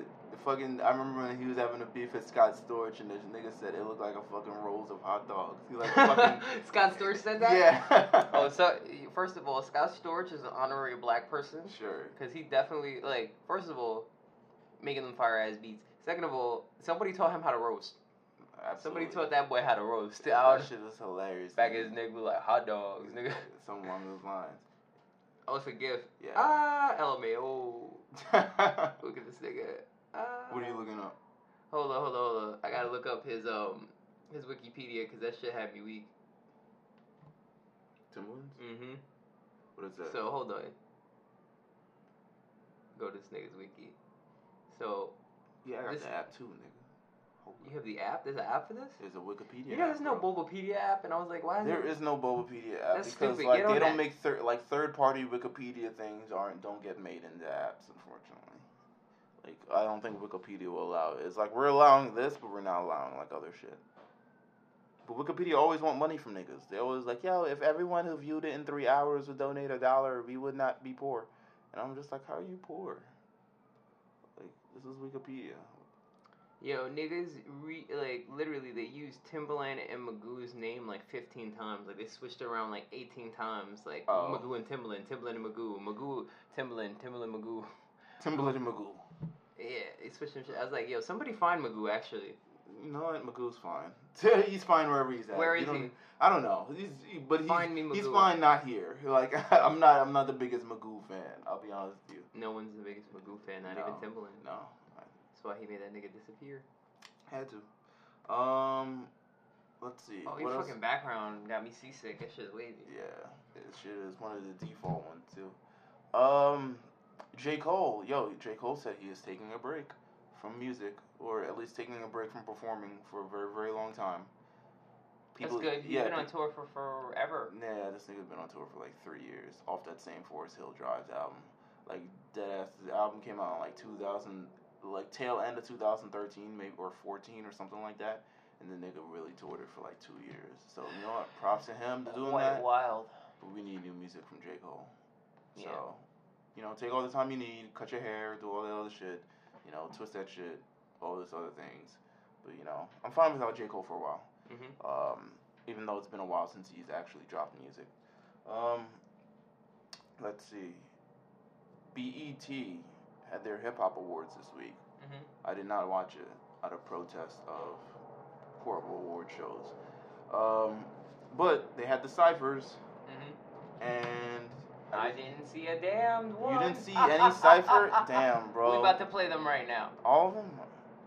[SPEAKER 1] fucking, I remember when he was having a beef at Scott Storch, and this nigga said it looked like a fucking rolls of hot dogs. He like fucking.
[SPEAKER 2] Scott Storch said that.
[SPEAKER 1] Yeah.
[SPEAKER 2] oh, so first of all, Scott Storch is an honorary black person
[SPEAKER 1] Sure.
[SPEAKER 2] because he definitely like first of all, making them fire ass beats. Second of all, somebody taught him how to roast.
[SPEAKER 1] Absolutely.
[SPEAKER 2] Somebody taught that boy how to roast. I
[SPEAKER 1] That
[SPEAKER 2] was
[SPEAKER 1] shit is hilarious.
[SPEAKER 2] back
[SPEAKER 1] nigga.
[SPEAKER 2] at his nigga with, like hot dogs, nigga.
[SPEAKER 1] Something along those lines.
[SPEAKER 2] Oh, it's a gift.
[SPEAKER 1] Yeah.
[SPEAKER 2] Ah, LMAO. Look at this nigga. Ah.
[SPEAKER 1] what are you looking up?
[SPEAKER 2] Hold on, hold on, hold on. I gotta look up his um his Wikipedia because that shit had me weak.
[SPEAKER 1] Timberlands?
[SPEAKER 2] Mm-hmm.
[SPEAKER 1] What is that?
[SPEAKER 2] So hold on. Go to this nigga's wiki. So
[SPEAKER 1] yeah, I got
[SPEAKER 2] this-
[SPEAKER 1] the app too, nigga. Hold
[SPEAKER 2] you
[SPEAKER 1] up.
[SPEAKER 2] have the app? There's an app for this?
[SPEAKER 1] There's a Wikipedia.
[SPEAKER 2] you know, there's
[SPEAKER 1] app,
[SPEAKER 2] no
[SPEAKER 1] bro.
[SPEAKER 2] Bulbapedia app, and I was like, why is
[SPEAKER 1] There
[SPEAKER 2] it?
[SPEAKER 1] is no Bulbapedia app
[SPEAKER 2] That's
[SPEAKER 1] because
[SPEAKER 2] stupid.
[SPEAKER 1] like
[SPEAKER 2] Get on
[SPEAKER 1] they don't
[SPEAKER 2] that.
[SPEAKER 1] make third like third party Wikipedia things aren't don't get made into apps unfortunately. Like I don't think Wikipedia will allow it. It's like we're allowing this, but we're not allowing like other shit. But Wikipedia always want money from niggas. They always like, yo, if everyone who viewed it in three hours would donate a dollar, we would not be poor. And I'm just like, how are you poor? Like this is Wikipedia.
[SPEAKER 2] Yo, niggas, re- like, literally, they used Timbaland and Magoo's name like 15 times. Like, they switched around like 18 times. Like,
[SPEAKER 1] Oh.
[SPEAKER 2] Magoo and Timbaland, Timbaland and Magoo, Magoo, Timbaland, Timbaland, Magoo.
[SPEAKER 1] Timbaland and Magoo.
[SPEAKER 2] Yeah, they switched them shit. I was like, yo, somebody find Magoo, actually.
[SPEAKER 1] You know what? Magoo's fine. he's fine wherever he's at.
[SPEAKER 2] Where
[SPEAKER 1] You
[SPEAKER 2] is
[SPEAKER 1] don't- e-,
[SPEAKER 2] he?
[SPEAKER 1] I don't know. He's he- but he's,
[SPEAKER 2] Find me
[SPEAKER 1] he's
[SPEAKER 2] Magoo.
[SPEAKER 1] fine not here. Like I'm not I'm not the biggest Magoo fan. I'll be honest with you.
[SPEAKER 2] No one's the biggest Magoo fan, not
[SPEAKER 1] No.
[SPEAKER 2] even Timbaland.
[SPEAKER 1] No,
[SPEAKER 2] That's why he made that nigga disappear.
[SPEAKER 1] I had to. Um, let's see.
[SPEAKER 2] Oh, your
[SPEAKER 1] what else?
[SPEAKER 2] fucking background got me seasick. That shit's wavy.
[SPEAKER 1] Yeah, it shit is one of the default ones too. Um, J Cole, yo, J Cole said he is taking a break from music, or at least taking a break from performing for a very very long time.
[SPEAKER 2] That's good. You've
[SPEAKER 1] yeah,
[SPEAKER 2] been
[SPEAKER 1] pe-
[SPEAKER 2] on tour for forever.
[SPEAKER 1] Nah, this nigga's been on tour for like three years off that same Forest Hill Drives album. Like dead ass. The album came out in like 2000, like tail end of 2013, maybe or 14 or something like that. And the nigga really toured it for like two years. So you know what? Props to him to doing
[SPEAKER 2] Quite
[SPEAKER 1] that.
[SPEAKER 2] wild.
[SPEAKER 1] But we need new music from J Cole.
[SPEAKER 2] Yeah.
[SPEAKER 1] So you know, take all the time you need, cut your hair, do all that other shit. You know, twist that shit, all those other things. But you know, I'm fine without J Cole for a while
[SPEAKER 2] hmm
[SPEAKER 1] um, even though it's been a while since he's actually dropped music. Um, let's see. BET had their hip hop awards this week.
[SPEAKER 2] Mhm.
[SPEAKER 1] I did not watch it out of protest of horrible award shows. Um, but they had the ciphers
[SPEAKER 2] hmm
[SPEAKER 1] and
[SPEAKER 2] I didn't see a damned one.
[SPEAKER 1] you didn't see any cipher. Damn,
[SPEAKER 2] We
[SPEAKER 1] bro.
[SPEAKER 2] about to play them right now.
[SPEAKER 1] All of them.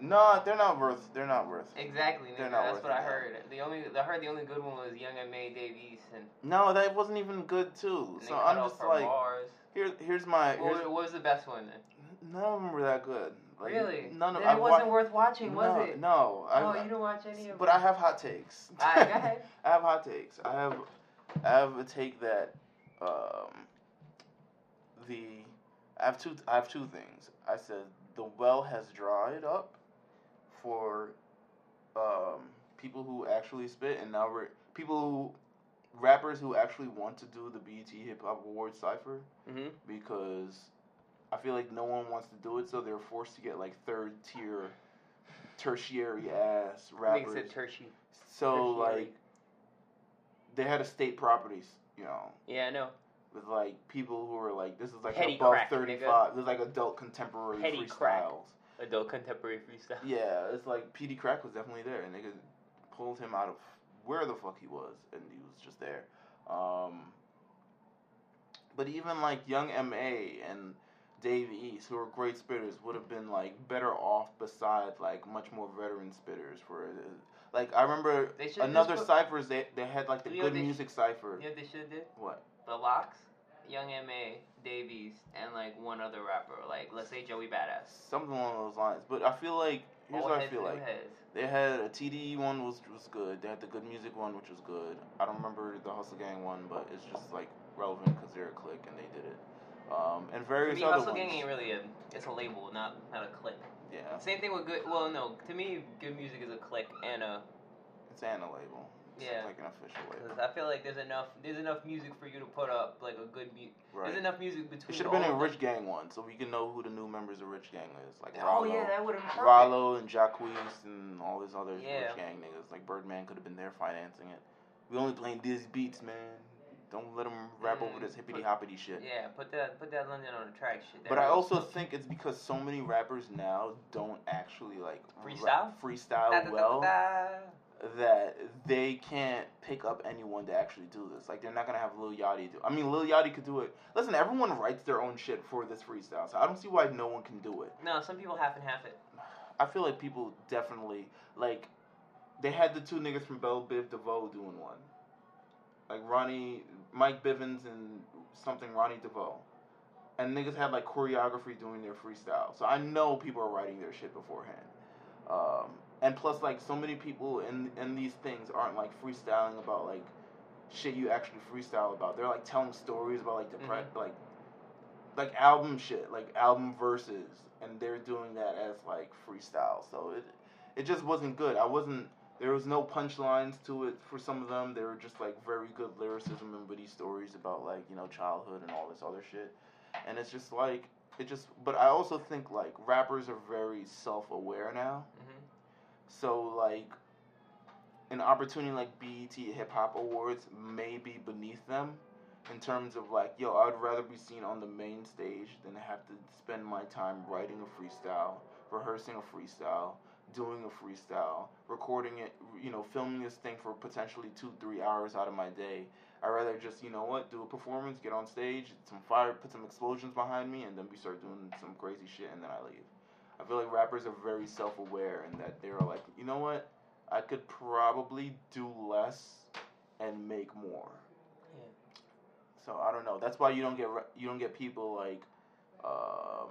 [SPEAKER 1] No, they're not worth. They're not worth.
[SPEAKER 2] Exactly, nigga.
[SPEAKER 1] They're not
[SPEAKER 2] That's
[SPEAKER 1] worth
[SPEAKER 2] what
[SPEAKER 1] it,
[SPEAKER 2] I
[SPEAKER 1] though.
[SPEAKER 2] heard. The only I heard the only good one was Young and May Davies and,
[SPEAKER 1] No, that wasn't even good too.
[SPEAKER 2] and they
[SPEAKER 1] So
[SPEAKER 2] cut
[SPEAKER 1] I'm
[SPEAKER 2] off
[SPEAKER 1] just
[SPEAKER 2] her
[SPEAKER 1] like,
[SPEAKER 2] bars.
[SPEAKER 1] here, here's my.
[SPEAKER 2] What,
[SPEAKER 1] Here's,
[SPEAKER 2] was- what was the best one then?
[SPEAKER 1] None of them were that good. Like,
[SPEAKER 2] really?
[SPEAKER 1] None of
[SPEAKER 2] then
[SPEAKER 1] I
[SPEAKER 2] it wasn't
[SPEAKER 1] wa-
[SPEAKER 2] worth watching, was
[SPEAKER 1] no,
[SPEAKER 2] it?
[SPEAKER 1] No. I,
[SPEAKER 2] oh, you didn't watch any of
[SPEAKER 1] but
[SPEAKER 2] them.
[SPEAKER 1] I have hot takes.
[SPEAKER 2] Alright, go ahead.
[SPEAKER 1] I have hot takes. I have I have a take that um the I have two I have two things. I said the well has dried up for um people who actually spit and now we're people who rappers who actually want to do the BET Hip Hop Awards cipher
[SPEAKER 2] Mhm.
[SPEAKER 1] because I feel like no one wants to do it so they're forced to get like third tier tertiary ass
[SPEAKER 2] Nigga
[SPEAKER 1] rappers.
[SPEAKER 2] said Tertiary.
[SPEAKER 1] So
[SPEAKER 2] Tertiary.
[SPEAKER 1] like, they had estate properties, you know,
[SPEAKER 2] Yeah, I know.
[SPEAKER 1] with like people who were like, this is like
[SPEAKER 2] Petty
[SPEAKER 1] above
[SPEAKER 2] crack, nigga.
[SPEAKER 1] thirty-five. There's like adult contemporary
[SPEAKER 2] Petty
[SPEAKER 1] freestyles.
[SPEAKER 2] crack. Adult contemporary freestyle.
[SPEAKER 1] Yeah, it's like PD Crack was definitely there, and they could pulled him out of where the fuck he was, and he was just there. Um, but even like Young Ma and Dave East, who are great spitters, would have been like better off beside like much more veteran spitters. For uh, like, I remember
[SPEAKER 2] They should
[SPEAKER 1] another
[SPEAKER 2] just put,
[SPEAKER 1] ciphers they they had like the
[SPEAKER 2] You know,
[SPEAKER 1] good
[SPEAKER 2] they sh-
[SPEAKER 1] music cipher.
[SPEAKER 2] You know what they should have did?
[SPEAKER 1] What?
[SPEAKER 2] The Locks, Young M.A., Davies, and like one other rapper, like let's say Joey Badass.
[SPEAKER 1] Something along those lines. But I feel like here's
[SPEAKER 2] All
[SPEAKER 1] what I
[SPEAKER 2] heads
[SPEAKER 1] feel
[SPEAKER 2] to
[SPEAKER 1] like.
[SPEAKER 2] heads.
[SPEAKER 1] They had a TDE one was was good. They had the good music one, which was good. I don't remember the Hustle Gang one, but it's just like relevant because they're a clique and they did it. um, and various
[SPEAKER 2] to me,
[SPEAKER 1] other
[SPEAKER 2] hustle
[SPEAKER 1] ones.
[SPEAKER 2] gang ain't really a it's a label, not not a clip.
[SPEAKER 1] yeah,
[SPEAKER 2] Same thing with good. Well, no, to me, good music is a click and a.
[SPEAKER 1] it's an label. It's
[SPEAKER 2] Yeah.
[SPEAKER 1] like an official label.
[SPEAKER 2] 'cause I feel like there's enough there's enough music for you to put up like a good mu-
[SPEAKER 1] Right.
[SPEAKER 2] There's enough music between.
[SPEAKER 1] It should have
[SPEAKER 2] all
[SPEAKER 1] been a
[SPEAKER 2] of
[SPEAKER 1] Rich Gang one, so we can know who the new members of Rich Gang is, like
[SPEAKER 2] them.
[SPEAKER 1] Rollo,
[SPEAKER 2] Oh yeah, that would have been perfect.
[SPEAKER 1] Rollo and Jacquees and all these other
[SPEAKER 2] Yeah.
[SPEAKER 1] Rich Gang niggas. Like Birdman could have been there financing it. We only playing Dizzy beats, man. Don't let them rap
[SPEAKER 2] Mm,
[SPEAKER 1] over this hippity
[SPEAKER 2] put-
[SPEAKER 1] hoppity shit.
[SPEAKER 2] Yeah, put that put that London on the track shit. That
[SPEAKER 1] But I
[SPEAKER 2] really-
[SPEAKER 1] also think it's because so many rappers now don't actually like ra-
[SPEAKER 2] Freestyle? Da, da,
[SPEAKER 1] freestyle
[SPEAKER 2] da,
[SPEAKER 1] well
[SPEAKER 2] da, da.
[SPEAKER 1] that they can't pick up anyone to actually do this. Like they're not gonna have Lil Yachty do. I mean, Lil Yachty could do it. Listen, everyone writes their own shit for this freestyle, so I don't see why no one can do it.
[SPEAKER 2] No, some people half and half it.
[SPEAKER 1] I feel like people definitely like they had the two niggas from Bell Biv DeVoe doing one. Like Ronnie Mike Bivens and something Ronnie DeVoe. And niggas had like choreography doing their freestyle. So I know people are writing their shit beforehand. Um, and plus like so many people in in these things aren't like freestyling about like shit you actually freestyle about. They're like telling stories about like depre- like like album shit, like album verses, and they're doing that as like freestyle. So it it just wasn't good. I wasn't there was no punchlines to it for some of them. They were just like very good lyricism and witty stories about like, you know, childhood and all this other shit. And it's just like it just but I also think like rappers are very self aware now.
[SPEAKER 2] hmm
[SPEAKER 1] So like an opportunity like BET Hip Hop Awards may be beneath them in terms of like, yo, I'd rather be seen on the main stage than have to spend my time writing a freestyle, rehearsing a freestyle, doing a freestyle, recording it, you know, filming this thing for potentially two, three hours out of my day. I'd rather just, you know what, do a performance, get on stage, some fire, put some explosions behind me, and then we start doing some crazy shit, and then I leave. I feel like rappers are very self aware and that they're like, you know what, I could probably do less and make more.
[SPEAKER 2] Yeah.
[SPEAKER 1] So I don't know. That's why you don't get re- you don't get people like, um,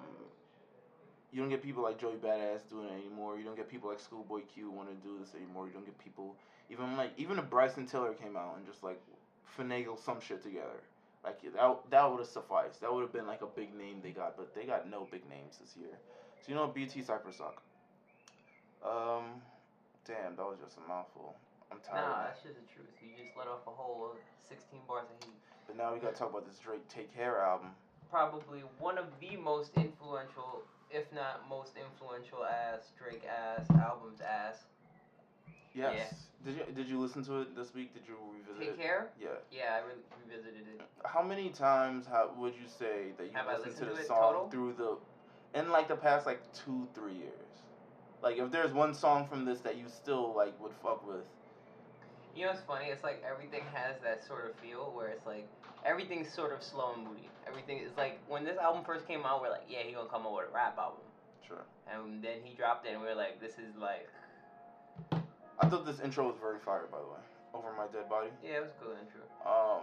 [SPEAKER 1] you don't get people like Joey Badass doing it anymore. You don't get people like Schoolboy Q want to do this anymore. You don't get people even like even if Bryson Tiller came out and just like finagle some shit together. Like that that would have sufficed. That would have been like a big name they got, but they got no big names this year. So you know BT Cypress suck. Um, damn, that was just a mouthful. I'm tired.
[SPEAKER 2] Nah, that's just the truth. You just let off a whole 16 bars of heat.
[SPEAKER 1] But now we gotta talk about this Drake Take Care album.
[SPEAKER 2] Probably one of the most influential, if not most influential ass Drake ass albums ass.
[SPEAKER 1] Yes. Did you did you listen to it this week? Did you revisit
[SPEAKER 2] Take
[SPEAKER 1] it?
[SPEAKER 2] care.
[SPEAKER 1] Yeah.
[SPEAKER 2] Yeah, I really revisited it.
[SPEAKER 1] How many times how would you say that you
[SPEAKER 2] Have I
[SPEAKER 1] listened,
[SPEAKER 2] listened
[SPEAKER 1] to
[SPEAKER 2] to
[SPEAKER 1] the
[SPEAKER 2] it
[SPEAKER 1] song
[SPEAKER 2] total?
[SPEAKER 1] through the in like the past like two, three years? Like if there's one song from this that you still like would fuck with.
[SPEAKER 2] You know what's funny? It's like everything has that sort of feel where it's like everything's sort of slow and moody. Everything is like when this album first came out, we're like, yeah, he gonna come out with a rap album,
[SPEAKER 1] Sure.
[SPEAKER 2] and then he dropped it, and we are like, this is like,
[SPEAKER 1] I thought this intro was very fire by the way. Over my dead body.
[SPEAKER 2] yeah, it was a good intro.
[SPEAKER 1] Um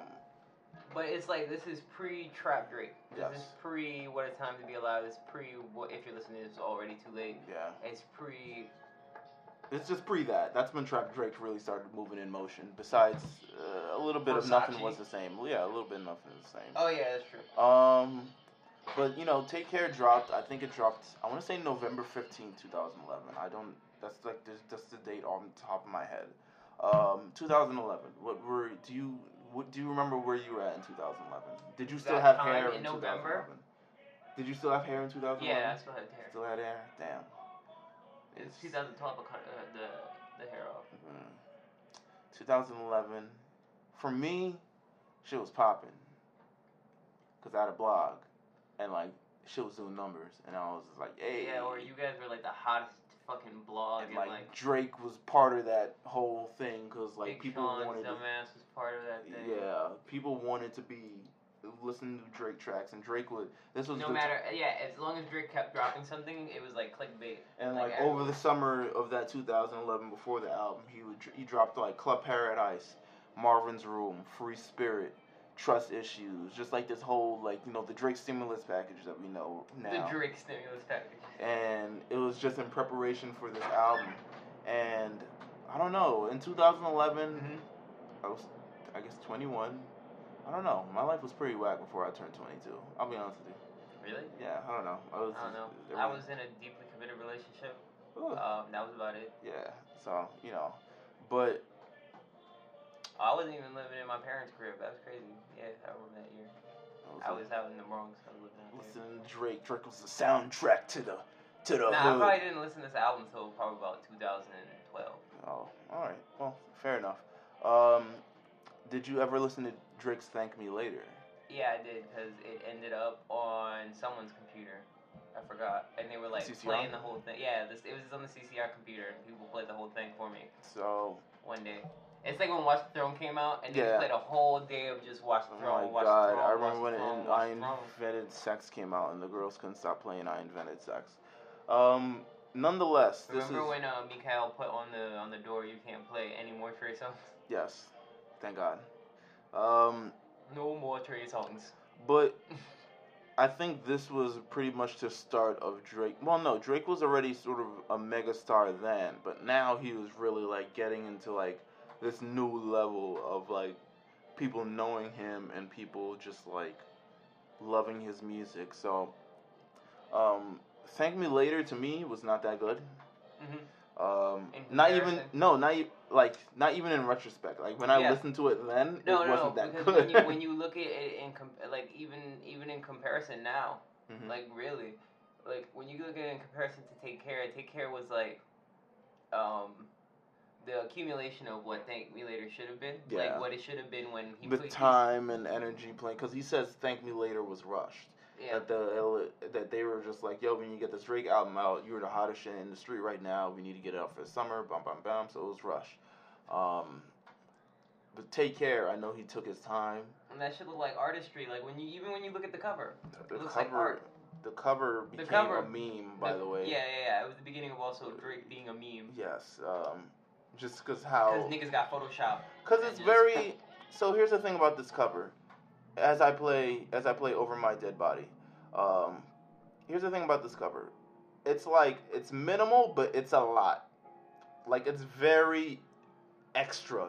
[SPEAKER 2] But it's like this is pre Trap Drake. This is
[SPEAKER 1] Yes.
[SPEAKER 2] pre What a Time to Be Alive. It's pre What If You're Listening It's Already Too Late.
[SPEAKER 1] yeah.
[SPEAKER 2] It's pre
[SPEAKER 1] It's just pre that. That's when Trap Drake really started moving in motion. Besides uh, a little bit of nothing
[SPEAKER 2] Versace.
[SPEAKER 1] was the same. Well, yeah, a little bit of nothing was the same.
[SPEAKER 2] Oh yeah, that's true.
[SPEAKER 1] Um, but you know, Take Care dropped. I think it dropped. I want to say November fifteenth, two thousand eleven. I don't. That's like this, that's the date on the top of my head. Um, two thousand eleven. What were do you? What do you remember where you were at in two thousand eleven? Did you still
[SPEAKER 2] That
[SPEAKER 1] have
[SPEAKER 2] time
[SPEAKER 1] hair
[SPEAKER 2] in
[SPEAKER 1] in two thousand
[SPEAKER 2] November?
[SPEAKER 1] eleven? Did you still have hair in two thousand eleven?
[SPEAKER 2] Yeah, that's what I had hair.
[SPEAKER 1] Still had hair. Damn.
[SPEAKER 2] It's 2012 I cut uh, the the hair off.
[SPEAKER 1] Mhm. 2011. For me, shit was popping. Because I had a blog. And, like, shit was doing numbers. And I was just like, hey.
[SPEAKER 2] Yeah, or you guys were like the hottest fucking blog
[SPEAKER 1] and, like,
[SPEAKER 2] and like
[SPEAKER 1] Drake was part of that whole thing. Because, like,
[SPEAKER 2] Big
[SPEAKER 1] people
[SPEAKER 2] Sean's
[SPEAKER 1] wanted to.
[SPEAKER 2] dumbass was part of that thing.
[SPEAKER 1] Yeah. People wanted to be listening to Drake tracks. And Drake would. This was
[SPEAKER 2] No
[SPEAKER 1] the
[SPEAKER 2] matter, yeah. As long as Drake kept dropping something, it was like clickbait.
[SPEAKER 1] And
[SPEAKER 2] Like,
[SPEAKER 1] like,
[SPEAKER 2] I-
[SPEAKER 1] over the summer of that 2011, before the album, he would he dropped like Club Paradise, Marvin's Room, Free Spirit, Trust Issues, just like this whole like you know the Drake stimulus package that we know now.
[SPEAKER 2] The Drake stimulus package.
[SPEAKER 1] and it was just in preparation for this album, and
[SPEAKER 2] Mm-hmm.
[SPEAKER 1] I don't know. In 2011, I was I guess 21. I I don't know. My life was pretty whack before I turned 22. I'll be honest with
[SPEAKER 2] you. Really?
[SPEAKER 1] Yeah, I don't know. I, was
[SPEAKER 2] I don't know. I was in a deeply committed relationship. Um, that was about it.
[SPEAKER 1] Yeah. So you know, but
[SPEAKER 2] I wasn't even living in my parents' crib. That was crazy. Yeah, I remember that year. I was, I was out in the Bronx. I was living out
[SPEAKER 1] Listening to Drake. Drake was the soundtrack to the to the.
[SPEAKER 2] Nah,
[SPEAKER 1] hood.
[SPEAKER 2] I probably didn't listen to this album until probably about 2012.
[SPEAKER 1] Oh, all right. Well, fair enough. Um, did you ever listen to Drake's "Thank Me Later"?
[SPEAKER 2] Yeah, I did because it ended up on someone's computer. I forgot, and they were like
[SPEAKER 1] CCR?
[SPEAKER 2] playing the whole thing. Yeah, this it was on the CCR computer, and people played the whole thing for me
[SPEAKER 1] So oh
[SPEAKER 2] one day. It's like when Watch the Throne came out, and they
[SPEAKER 1] Yeah.
[SPEAKER 2] played a whole day of just Watch the
[SPEAKER 1] Oh
[SPEAKER 2] Throne.
[SPEAKER 1] my
[SPEAKER 2] Watch
[SPEAKER 1] god!
[SPEAKER 2] the
[SPEAKER 1] I
[SPEAKER 2] Throne, Watch
[SPEAKER 1] remember
[SPEAKER 2] the
[SPEAKER 1] when
[SPEAKER 2] Throne,
[SPEAKER 1] In-
[SPEAKER 2] Watch
[SPEAKER 1] I
[SPEAKER 2] the Throne.
[SPEAKER 1] Invented Sex came out and the girls couldn't stop playing I Invented Sex. Um, nonetheless, this
[SPEAKER 2] Remember
[SPEAKER 1] is
[SPEAKER 2] when uh, Mikhail put on the on the door, you can't play any more Trey songs.
[SPEAKER 1] yes, thank God. Um,
[SPEAKER 2] No more Trey songs.
[SPEAKER 1] but I think this was pretty much the start of Drake. Well, no, Drake was already sort of a megastar then, but now he was really like getting into like this new level of like people knowing him and people just like loving his music. So, um, Thank Me Later to me was not that good. Mm-hmm.
[SPEAKER 2] hmm
[SPEAKER 1] Um,
[SPEAKER 2] In
[SPEAKER 1] not even
[SPEAKER 2] comparison?
[SPEAKER 1] no, not e- like not even in retrospect. Like when I
[SPEAKER 2] Yeah.
[SPEAKER 1] listened to it then,
[SPEAKER 2] No,
[SPEAKER 1] it
[SPEAKER 2] no,
[SPEAKER 1] wasn't that
[SPEAKER 2] because
[SPEAKER 1] good.
[SPEAKER 2] when you when you look at it in comp- like even even in comparison now,
[SPEAKER 1] Mhm.
[SPEAKER 2] like really, like when you look at it in comparison to Take Care, Take Care was like, um, the accumulation of what Thank Me Later should have been,
[SPEAKER 1] Yeah.
[SPEAKER 2] like what it should have been when he
[SPEAKER 1] the
[SPEAKER 2] put-
[SPEAKER 1] time and energy playing because he says "Thank Me Later" was rushed.
[SPEAKER 2] yeah,
[SPEAKER 1] That the that they were just like, "Yo, when you get this Drake album out, you're the hottest shit in the street right now. We need to get it out for the summer." Bam, bam, bam. So it was rushed. Um, but take care. I know he took his time.
[SPEAKER 2] and that should look like artistry. Like when you even when you look at the cover,
[SPEAKER 1] The
[SPEAKER 2] It looks like
[SPEAKER 1] cover,
[SPEAKER 2] art.
[SPEAKER 1] the cover became
[SPEAKER 2] cover-
[SPEAKER 1] a meme. By the, way,
[SPEAKER 2] yeah, yeah, yeah, it was the beginning of also Drake being a meme
[SPEAKER 1] Yes. Um, just because
[SPEAKER 2] because
[SPEAKER 1] how
[SPEAKER 2] niggas got Photoshop.
[SPEAKER 1] Because it's very. So here's the thing about this cover. As I play, as I play over my dead body. Um, here's the thing about this cover. It's like it's minimal, but it's a lot. Like it's very extra.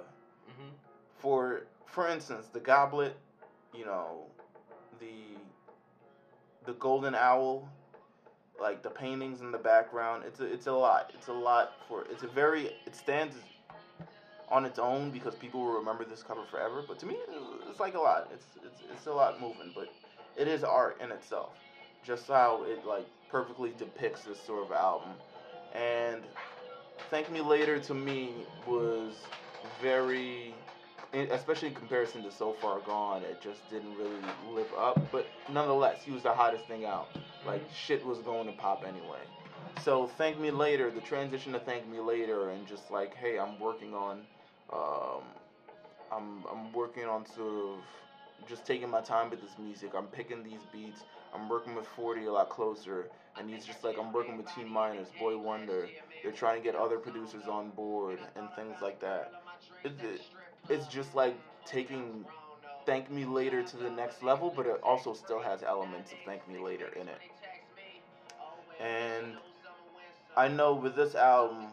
[SPEAKER 2] hmm
[SPEAKER 1] For for instance, the goblet. You know, the the golden owl. Like the paintings in the background, it's a, it's a lot. It's a lot for it's a very it stands on its own because people will remember this cover forever. But to me, it- it's like a lot. It's it's it's a lot moving, but it is art in itself. Just how it like perfectly depicts this sort of album. And Thank Me Later to me was very, in- especially in comparison to So Far Gone, it just didn't really live up. But nonetheless, he was the hottest thing out. Like shit was going to pop anyway. So thank me later. The transition to thank me later, and just like, hey, I'm working on, um, I'm I'm working on sort of just taking my time with this music. I'm picking these beats. I'm working with Forty a lot closer, and he's just like, I'm working with T Miners, Boy Wonder. They're trying to get other producers on board and things like that. It, it, it's just like taking thank me later to the next level, but it also still has elements of thank me later in it. And I know with this album,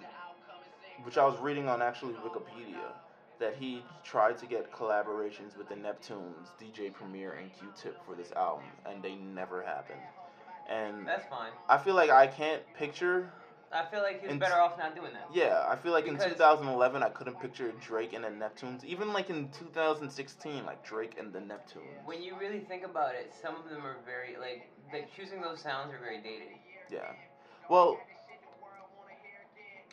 [SPEAKER 1] which I was reading on actually Wikipedia, that he tried to get collaborations with the Neptunes, DJ Premier, and Q Tip for this album, and they never happened. And
[SPEAKER 2] Mm-hmm. That's fine.
[SPEAKER 1] I feel like I can't picture.
[SPEAKER 2] I feel like he's
[SPEAKER 1] And-
[SPEAKER 2] better off not doing that.
[SPEAKER 1] Yeah, I feel like in
[SPEAKER 2] Because-
[SPEAKER 1] 2011 I couldn't picture Drake and the Neptunes. Even like in 2016, like Drake and the Neptunes.
[SPEAKER 2] When you really think about it, some of them are very like like choosing those sounds are very dated.
[SPEAKER 1] Yeah. Well,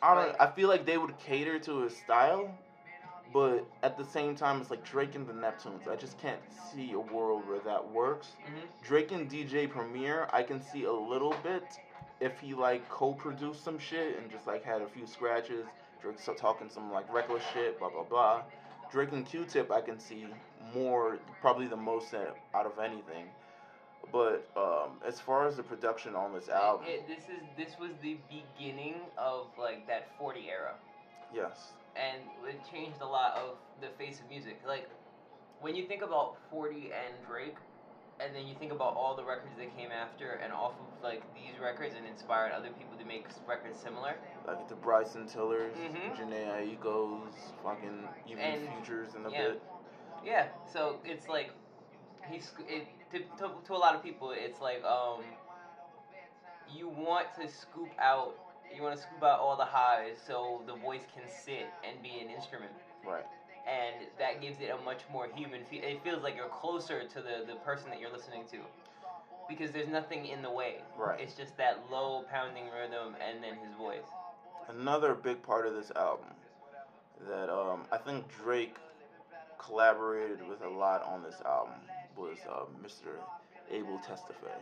[SPEAKER 1] I don't.
[SPEAKER 2] Like-
[SPEAKER 1] I feel like they would cater to his style, but at the same time, it's like Drake and the Neptunes. I just can't see a world where that works.
[SPEAKER 2] Mhm.
[SPEAKER 1] Drake and DJ Premier, I can see a little bit if he like co-produced some shit and just like had a few scratches. Drake's so- talking some like reckless shit, blah blah blah. Drake and Q-Tip, I can see more, probably the most out out of anything. But um, as far as the production on this album,
[SPEAKER 2] It, it- this is this was the beginning of like that 40 era,
[SPEAKER 1] yes,
[SPEAKER 2] and it changed a lot of the face of music. Like when you think about 40 and Drake, and then you think about all the records that came after and off of like these records and inspired other people to make s- records similar.
[SPEAKER 1] like the Bryson Tillers,
[SPEAKER 2] Mhm.
[SPEAKER 1] Janae Aiko's, fucking even
[SPEAKER 2] And-
[SPEAKER 1] Futures in a
[SPEAKER 2] yeah.
[SPEAKER 1] bit.
[SPEAKER 2] Yeah, so it's like he's it, to, to, to a lot of people it's like um you want to scoop out you want to scoop out all the highs so the voice can sit and be an instrument
[SPEAKER 1] right
[SPEAKER 2] and that gives it a much more human feel it feels like you're closer to the the person that you're listening to because there's nothing in the way
[SPEAKER 1] right
[SPEAKER 2] it's just that low pounding rhythm and then his voice
[SPEAKER 1] another big part of this album that um, I think Drake collaborated with a lot on this album was uh, Mr. Abel Testafay.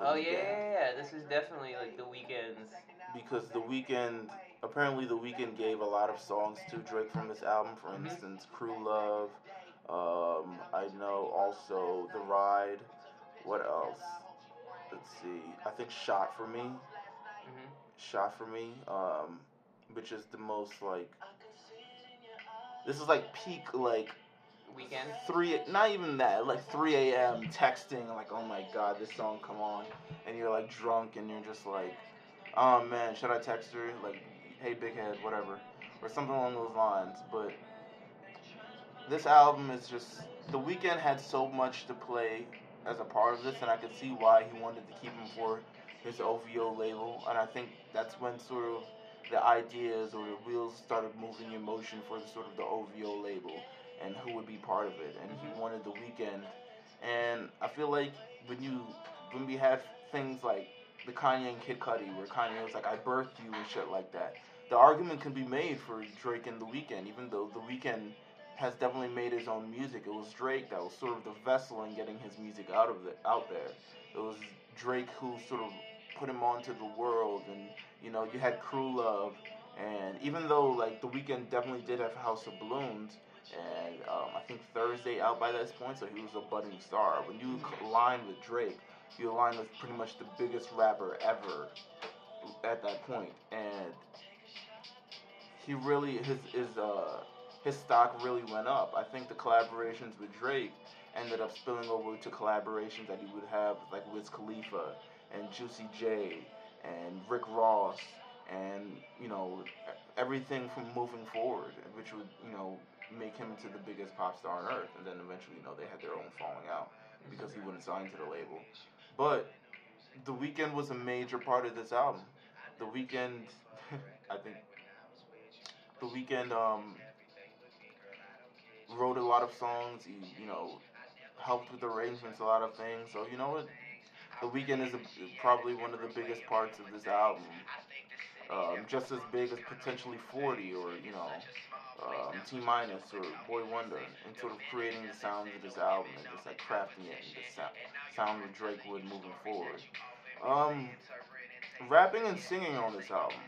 [SPEAKER 2] Oh yeah, yeah, yeah, this is definitely like the weekend's.
[SPEAKER 1] Because the weekend, apparently, the weekend gave a lot of songs to Drake from this album. For
[SPEAKER 2] Mhm.
[SPEAKER 1] instance, "Crew Love." Um, I know also "The Ride." What else? Let's see. I think "Shot for Me."
[SPEAKER 2] hmm
[SPEAKER 1] shot for me, um, which is the most like. This is like peak like
[SPEAKER 2] Weekend.
[SPEAKER 1] three, not even that, like three a.m. texting like, oh my god, this song, come on, and you're like drunk and you're just like, oh man, should I text her? Like, hey, big head, whatever, or something along those lines. But this album is just the weekend had so much to play as a part of this, and I could see why he wanted to keep him for his OVO label, and I think that's when sort of the ideas or the wheels started moving in motion for the sort of the OVO label and who would be part of it, and he wanted the weekend, and I feel like when you when we have things like the Kanye and Kid Cudi, where Kanye was like I birthed you and shit like that, the argument can be made for Drake and the weekend, even though the weekend has definitely made his own music. It was Drake that was sort of the vessel in getting his music out of the out there. It was Drake who sort of put him onto the world, and you know you had Crew Love, and even though like the weekend definitely did have House of Balloons, and um, I think Thursday out by this point, so he was a budding star. When you align with Drake, you align with pretty much the biggest rapper ever at that point, and he really his his uh his stock really went up. I think the collaborations with Drake ended up spilling over to collaborations that he would have like Wiz Khalifa and Juicy J and Rick Ross and you know everything from moving forward, which would you know make him into the biggest pop star on earth. And then eventually, you know, they had their own falling out because he wouldn't sign to the label. But The Weeknd was a major part of this album. The Weeknd, I think, The Weeknd um, wrote a lot of songs. He, you know, helped with arrangements, a lot of things. So you know what? The Weeknd is a, probably one of the biggest parts of this album. Um, just as big as potentially 40 or, you know, um, T Minus or Boy Wonder and sort of creating the sound of this album and just like crafting it and the sound, sound of Drake would moving forward. Um, rapping and singing on this album.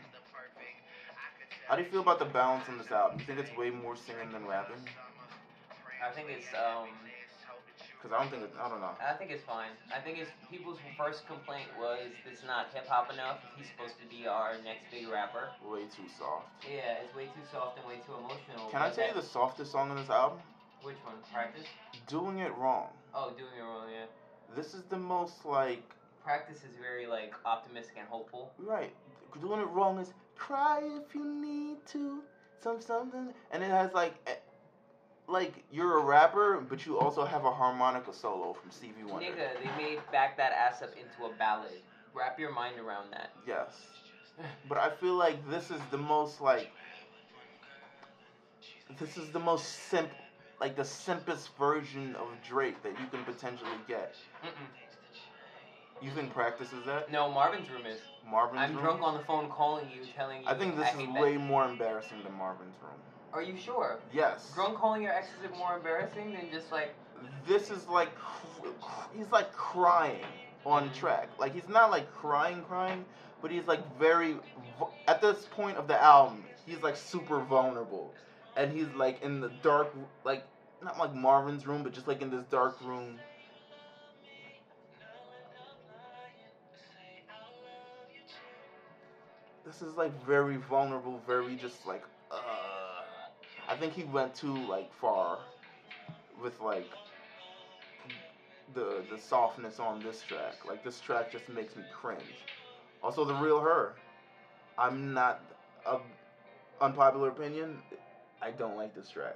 [SPEAKER 1] How do you feel about the balance on this album? You think it's way more singing than rapping?
[SPEAKER 2] I think it's um.
[SPEAKER 1] Because I don't think it's, I don't know.
[SPEAKER 2] I think it's fine. I think it's people's first complaint was it's not hip hop enough. He's supposed to be our next big rapper.
[SPEAKER 1] Way too soft.
[SPEAKER 2] Yeah, it's way too soft and way too emotional.
[SPEAKER 1] Can I
[SPEAKER 2] but
[SPEAKER 1] tell you
[SPEAKER 2] that-
[SPEAKER 1] the softest song on this album?
[SPEAKER 2] Which one? Practice.
[SPEAKER 1] Doing It Wrong.
[SPEAKER 2] Oh, doing it wrong. Yeah.
[SPEAKER 1] This is the most like
[SPEAKER 2] Practice is very like optimistic and hopeful.
[SPEAKER 1] Right. Doing it wrong is cry if you need to. Some something, and it has like, eh, like you're a rapper, but you also have a harmonica solo from Stevie Wonder.
[SPEAKER 2] Nigga, they made back that ass up into a ballad. Wrap your mind around that.
[SPEAKER 1] Yes. But I feel like this is the most like, this is the most simp, like the simplest version of Drake that you can potentially get.
[SPEAKER 2] Mm-mm.
[SPEAKER 1] You think practice is that
[SPEAKER 2] No, Marvin's room is.
[SPEAKER 1] Marvin's
[SPEAKER 2] I'm
[SPEAKER 1] room?
[SPEAKER 2] drunk on the phone calling you, telling you.
[SPEAKER 1] I think this
[SPEAKER 2] hate
[SPEAKER 1] is
[SPEAKER 2] that.
[SPEAKER 1] way more embarrassing than Marvin's room.
[SPEAKER 2] Are you sure?
[SPEAKER 1] Yes.
[SPEAKER 2] Drunk calling your ex is more embarrassing than just like.
[SPEAKER 1] this is like cr- cr- he's like crying on track like he's not like crying crying but he's like very vu- at this point of the album he's like super vulnerable and he's like in the dark like not like marvin's room but just like in this dark room this is like very vulnerable very just like uh i think he went too like far with like the the softness on this track. Like this track just makes me cringe. Also, the real her. I'm not a unpopular opinion. I don't like this track.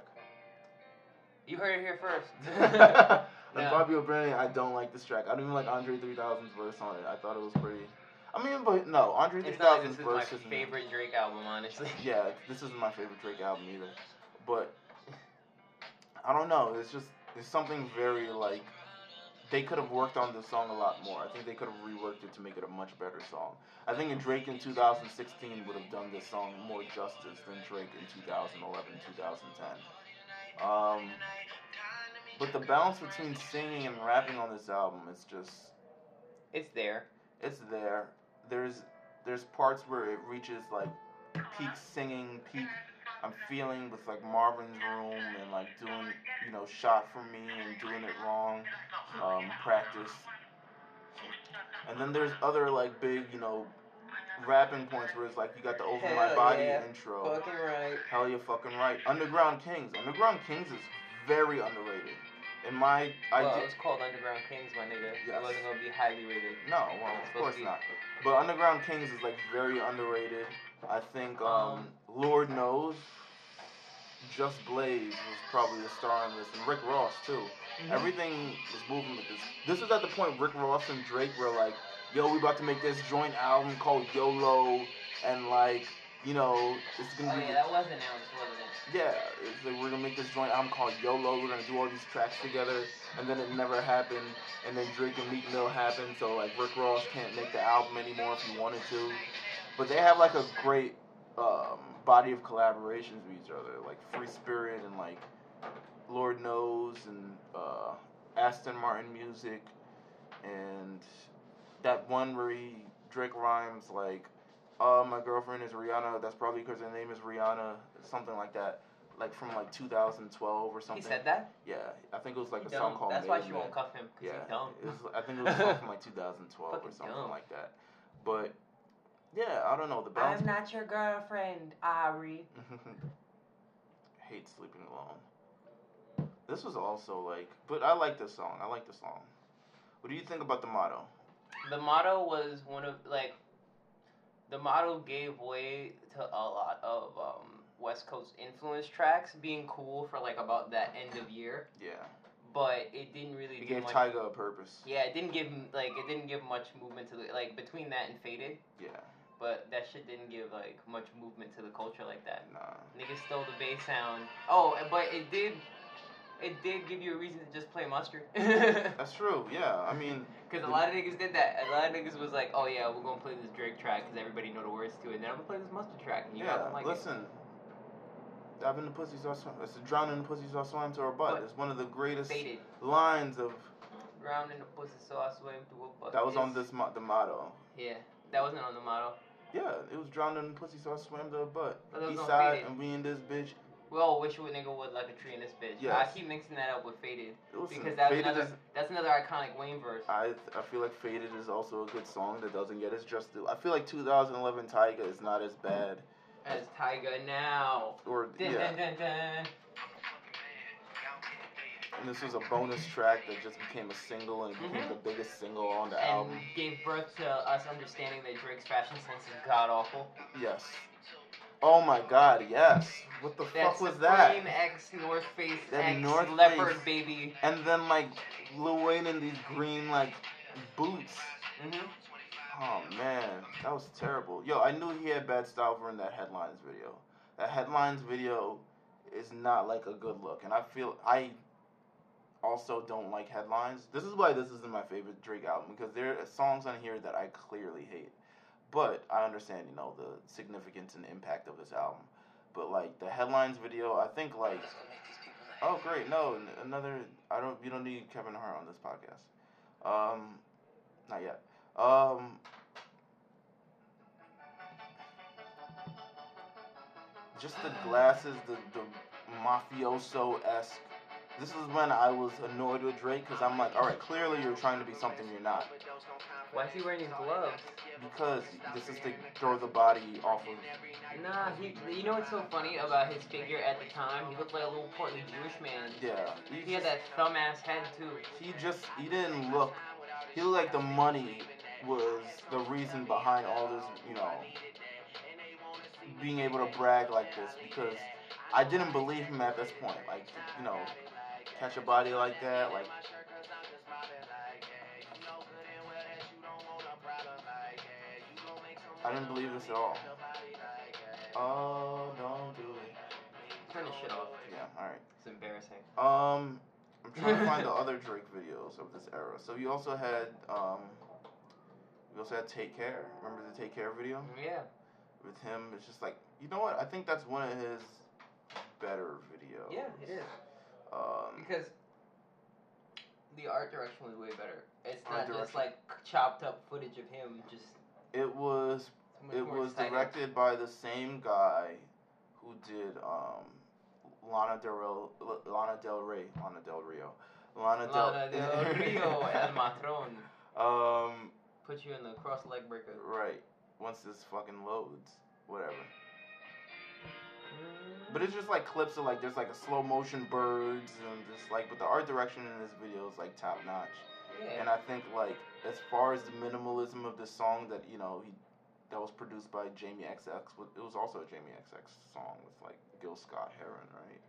[SPEAKER 2] You heard it here first.
[SPEAKER 1] I And no. Bobby O'Brien, I don't like this track. I don't even like Andre 3000's verse on it. I thought it was pretty. I mean, but no, Andre 3000's
[SPEAKER 2] verse like, is my favorite isn't... Drake album, honestly.
[SPEAKER 1] Yeah, this isn't my favorite Drake album either. But I don't know. It's just it's something very like they could have worked on this song a lot more. I think they could have reworked it to make it a much better song. I think Drake in 2016 would have done this song more justice than Drake in 2011, 2010. Um, but the balance between singing and rapping on this album is just
[SPEAKER 2] it's there.
[SPEAKER 1] It's there. There's there's parts where it reaches like peak singing, peak I'm feeling with like Marvin's room and like doing you know shot for me and doing it wrong, um, practice. And then there's other like big you know rapping points where it's like you got the over my body
[SPEAKER 4] yeah.
[SPEAKER 1] intro.
[SPEAKER 4] Fucking right.
[SPEAKER 1] Hell you fucking right. Underground Kings. Underground Kings is very underrated. And my
[SPEAKER 2] I well, did, it was called Underground Kings, my nigga. Yes. It wasn't gonna be highly rated.
[SPEAKER 1] No, well, of course not. But Underground Kings is like very underrated. I think um, um, Lord knows. Just Blaze was probably the star on this, and Rick Ross too. Mm-hmm. Everything was moving with this. This was at the point Rick Ross and Drake were like, "Yo, we about to make this joint album called YOLO," and like, you know, it's gonna
[SPEAKER 2] oh,
[SPEAKER 1] be.
[SPEAKER 2] yeah, that was announced, wasn't it?
[SPEAKER 1] Yeah, it's like we're gonna make this joint album called YOLO. We're gonna do all these tracks together, and then it never happened. And then Drake and Meek Mill happened, so like Rick Ross can't make the album anymore if he wanted to but they have like a great um, body of collaborations with each other, like Free Spirit and like Lord Knows and uh, Aston Martin Music, and that one where he, Drake rhymes like, "Oh, my girlfriend is Rihanna." That's probably because her name is Rihanna, something like that. Like from like 2012 or something.
[SPEAKER 2] He said that.
[SPEAKER 1] Yeah, I think it was like he a dumb. song called.
[SPEAKER 2] That's
[SPEAKER 1] Made
[SPEAKER 2] why
[SPEAKER 1] she
[SPEAKER 2] Man. won't cuff him.
[SPEAKER 1] yeah,
[SPEAKER 2] dumb.
[SPEAKER 1] It was, I think it was from like 2012 or something dumb. like that. But yeah, I don't know the balance.
[SPEAKER 2] I'm not your girlfriend, Ari.
[SPEAKER 1] Hate sleeping alone. This was also like, but I like this song. I like this song. What do you think about the motto?
[SPEAKER 2] The motto was one of like, the motto gave way to a lot of um, West Coast influence tracks being cool for like about that end of year.
[SPEAKER 1] Yeah.
[SPEAKER 2] But it didn't really.
[SPEAKER 1] It
[SPEAKER 2] do
[SPEAKER 1] gave
[SPEAKER 2] much,
[SPEAKER 1] Tyga a purpose.
[SPEAKER 2] Yeah, it didn't give like it didn't give much movement to the like between that and Faded.
[SPEAKER 1] Yeah
[SPEAKER 2] but that shit didn't give like much movement to the culture like that.
[SPEAKER 1] Nah.
[SPEAKER 2] Niggas stole the bass sound. Oh, but it did, it did give you a reason to just play mustard.
[SPEAKER 1] That's true. Yeah, I mean,
[SPEAKER 2] because a lot of niggas did that. A lot of niggas was like, "Oh yeah, we're gonna play this Drake track because everybody know the words to it, and then I'm gonna play this mustard track." And you
[SPEAKER 1] yeah,
[SPEAKER 2] like
[SPEAKER 1] listen.
[SPEAKER 2] It.
[SPEAKER 1] I've been the pussy sauce. It's a drowning the pussy sauce swam to her butt.
[SPEAKER 2] But
[SPEAKER 1] it's one of the greatest
[SPEAKER 2] faded.
[SPEAKER 1] lines of.
[SPEAKER 2] Drowning the pussy sauce swam through a butt.
[SPEAKER 1] That was on this mo- the motto.
[SPEAKER 2] Yeah. That wasn't on the model.
[SPEAKER 1] Yeah, it was drowned in pussy, so I swam to her butt.
[SPEAKER 2] Those
[SPEAKER 1] East
[SPEAKER 2] Oh, on
[SPEAKER 1] side,
[SPEAKER 2] Faded.
[SPEAKER 1] and we in this bitch.
[SPEAKER 2] We all wish a nigga would like a tree in this bitch.
[SPEAKER 1] Yes.
[SPEAKER 2] I keep mixing that up with Faded.
[SPEAKER 1] Listen,
[SPEAKER 2] because that's
[SPEAKER 1] Faded
[SPEAKER 2] another
[SPEAKER 1] is-
[SPEAKER 2] that's another iconic Wayne verse.
[SPEAKER 1] I I feel like Faded is also a good song that doesn't get as just. I feel like 2011 Tyga is not as bad.
[SPEAKER 2] As Tyga now.
[SPEAKER 1] Or
[SPEAKER 2] Dun,
[SPEAKER 1] yeah,
[SPEAKER 2] dun, dun, dun.
[SPEAKER 1] and this was a bonus track that just became a single and it became
[SPEAKER 2] Mhm.
[SPEAKER 1] the biggest single on the
[SPEAKER 2] And
[SPEAKER 1] album.
[SPEAKER 2] gave birth to us understanding that Drake's fashion sense is god awful.
[SPEAKER 1] Yes. Oh my God, yes. What the
[SPEAKER 2] That
[SPEAKER 1] fuck was
[SPEAKER 2] Supreme
[SPEAKER 1] that?
[SPEAKER 2] X North Face
[SPEAKER 1] That
[SPEAKER 2] X
[SPEAKER 1] North
[SPEAKER 2] Leopard
[SPEAKER 1] Face.
[SPEAKER 2] baby.
[SPEAKER 1] And then like Lil Wayne in these green like boots.
[SPEAKER 2] Mm-hmm.
[SPEAKER 1] Oh man, that was terrible. Yo, I knew he had bad style for in that headlines video. That headlines video is not like a good look, and I feel I also don't like headlines. This is why this isn't my favorite Drake album because there are songs on here that I clearly hate, but I understand you know the significance and impact of this album. But like the headlines video, I think like, oh great, no, n- another. I don't. You don't need Kevin Hart on this podcast. Um, not yet. Um. Just the glasses, the, the mafioso esque. This is when I was annoyed with Drake because I'm like, all right, clearly you're trying to be something you're not
[SPEAKER 2] Why is he wearing his gloves?
[SPEAKER 1] because this is to throw the body off of.
[SPEAKER 2] Nah, he, you know what's so funny about his figure at the time? He looked like a little Portland Jewish man.
[SPEAKER 1] Yeah,
[SPEAKER 2] He had that thumb ass head too.
[SPEAKER 1] He just he didn't look. He looked like the money was the reason behind all this, you know, being able to brag like this because I didn't believe him at this point. Like, you know, catch a body like that, like I didn't believe this at all. Oh, don't do it.
[SPEAKER 2] Turn this shit off.
[SPEAKER 1] Yeah, alright.
[SPEAKER 2] It's embarrassing.
[SPEAKER 1] Um, I'm trying to find the other Drake videos of this era. So you also had, um, you also had Take Care. Remember the Take Care video?
[SPEAKER 2] Yeah.
[SPEAKER 1] With him, it's just like, you know what? I think that's one of his better videos.
[SPEAKER 2] Yeah, it is.
[SPEAKER 1] Um,
[SPEAKER 2] Because the art direction was way better. It's
[SPEAKER 1] Art
[SPEAKER 2] not just
[SPEAKER 1] direction.
[SPEAKER 2] like chopped up footage of him just.
[SPEAKER 1] it was
[SPEAKER 2] it's much
[SPEAKER 1] It
[SPEAKER 2] more
[SPEAKER 1] was
[SPEAKER 2] exciting.
[SPEAKER 1] directed by the same guy who did um, Lana Del Rel- L- Lana Del Rey, Lana Del Rio, Lana Del,
[SPEAKER 2] Lana Del Rio El Matron.
[SPEAKER 1] um,
[SPEAKER 2] Put you in the cross leg breaker.
[SPEAKER 1] right. Once this fucking loads, whatever. But it's just like clips of like there's like a slow motion birds and just like, but the art direction in this video is like top notch.
[SPEAKER 2] yeah.
[SPEAKER 1] And I think like as far as the minimalism of this song that you know he, that was produced by Jamie XX, wa- it was also a Jamie XX song with like Gil Scott Heron, right,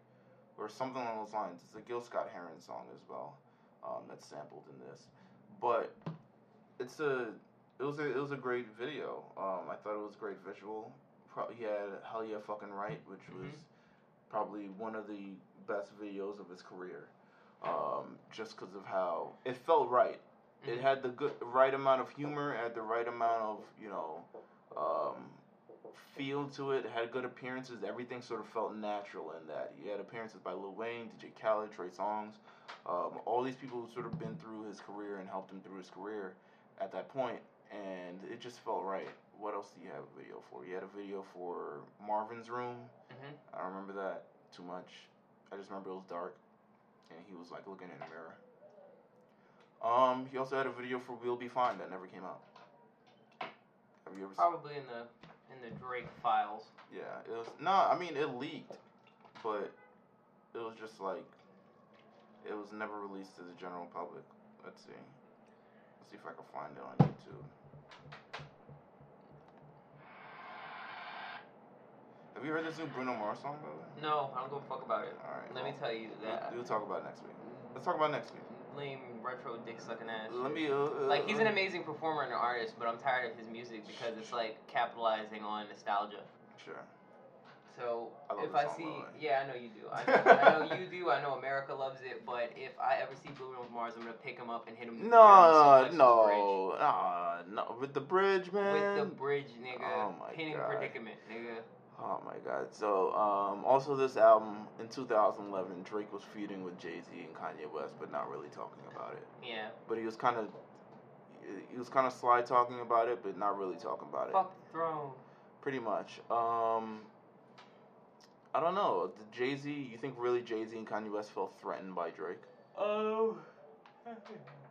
[SPEAKER 1] or something along those lines. It's a Gil Scott Heron song as well um, that's sampled in this, but it's a it was a it was a great video. Um, I thought it was great visual. Pro- he had Hell Yeah Fucking Right, which was probably one of the best videos of his career. Um, just because of how it felt right. It
[SPEAKER 2] Mhm.
[SPEAKER 1] had the good right amount of humor, it had the right amount of you know um, feel to it. It had good appearances. Everything sort of felt natural in that. He had appearances by Lil Wayne, DJ Khaled, Trey Songz, um, all these people who sort of been through his career and helped him through his career at that point, and it just felt right. What else do you have a video for? You had a video for Marvin's Room.
[SPEAKER 2] Mhm.
[SPEAKER 1] I don't remember that too much. I just remember it was dark, and he was like looking in the mirror. Um, he also had a video for "We'll Be Fine" that never came out. Have you ever? seen
[SPEAKER 2] Probably in the in the Drake files.
[SPEAKER 1] Yeah, it was no. I mean, it leaked, but it was just like it was never released to the general public. Let's see. Let's see if I can find it on YouTube. Have you heard this new Bruno Mars song? By the way?
[SPEAKER 2] No, I don't give a fuck about it.
[SPEAKER 1] All right.
[SPEAKER 2] Let me tell you that
[SPEAKER 1] We'll, we'll talk about it next week. Let's talk about it next week.
[SPEAKER 2] lame retro dick sucking ass.
[SPEAKER 1] Let
[SPEAKER 2] shit.
[SPEAKER 1] me. Uh,
[SPEAKER 2] Like he's an amazing performer and an artist, but I'm tired of his music because it's like capitalizing on nostalgia.
[SPEAKER 1] Sure.
[SPEAKER 2] So
[SPEAKER 1] I love
[SPEAKER 2] if
[SPEAKER 1] the
[SPEAKER 2] I
[SPEAKER 1] song,
[SPEAKER 2] see,
[SPEAKER 1] by the way.
[SPEAKER 2] yeah, I know you do. I know, I know you do. I know America loves it. But if I ever see Bruno Mars, I'm gonna pick him up and hit him. with the
[SPEAKER 1] No,
[SPEAKER 2] German suplex with
[SPEAKER 1] no, no, no. With the bridge,
[SPEAKER 2] the bridge.
[SPEAKER 1] man.
[SPEAKER 2] With the bridge, nigga.
[SPEAKER 1] Um, Oh my
[SPEAKER 2] Pinning
[SPEAKER 1] God.
[SPEAKER 2] predicament, nigga.
[SPEAKER 1] Oh my god. So, um, also this album in 2011, Drake was feuding with Jay Z and Kanye West, but not really talking about it.
[SPEAKER 2] Yeah.
[SPEAKER 1] But he was kind of, he was kind of sly talking about it, but not really talking about it.
[SPEAKER 2] Fuck the throne.
[SPEAKER 1] Pretty much. Um, I don't know. Jay Z. You think really Jay Z and Kanye West felt threatened by Drake?
[SPEAKER 2] Oh.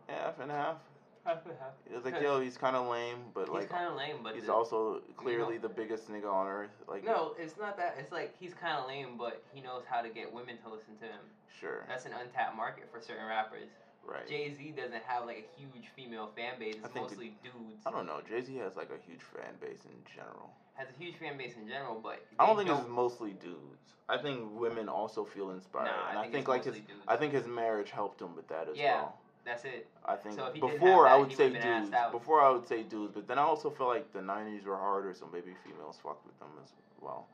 [SPEAKER 1] Half and half.
[SPEAKER 2] Half and half.
[SPEAKER 1] It's like yo, he's kind of lame, but
[SPEAKER 2] He's
[SPEAKER 1] like
[SPEAKER 2] kind of lame, but
[SPEAKER 1] he's
[SPEAKER 2] the-
[SPEAKER 1] also clearly the biggest nigga on earth. Like
[SPEAKER 2] no, it's not that. It's like he's kind of lame, but he knows how to get women to listen to him.
[SPEAKER 1] sure,
[SPEAKER 2] That's an untapped market for certain rappers.
[SPEAKER 1] right.
[SPEAKER 2] Jay Z doesn't have like a huge female fan base. It's
[SPEAKER 1] think
[SPEAKER 2] mostly dudes.
[SPEAKER 1] I don't know. Jay Z has like a huge fan base in general.
[SPEAKER 2] Has a huge fan base in general, but
[SPEAKER 1] I don't
[SPEAKER 2] they
[SPEAKER 1] think it's mostly dudes. I think women also feel inspired,
[SPEAKER 2] Nah,
[SPEAKER 1] and I think,
[SPEAKER 2] it's
[SPEAKER 1] like his,
[SPEAKER 2] mostly dudes.
[SPEAKER 1] I think his marriage helped him with that as
[SPEAKER 2] Yeah.
[SPEAKER 1] well.
[SPEAKER 2] that's it.
[SPEAKER 1] I think
[SPEAKER 2] So if he didn't have
[SPEAKER 1] before I
[SPEAKER 2] that,
[SPEAKER 1] would
[SPEAKER 2] he
[SPEAKER 1] say
[SPEAKER 2] would've been asked
[SPEAKER 1] dudes.
[SPEAKER 2] out.
[SPEAKER 1] Before I would say dudes, but then I also feel like the '90s were harder, so maybe females fucked with them as well.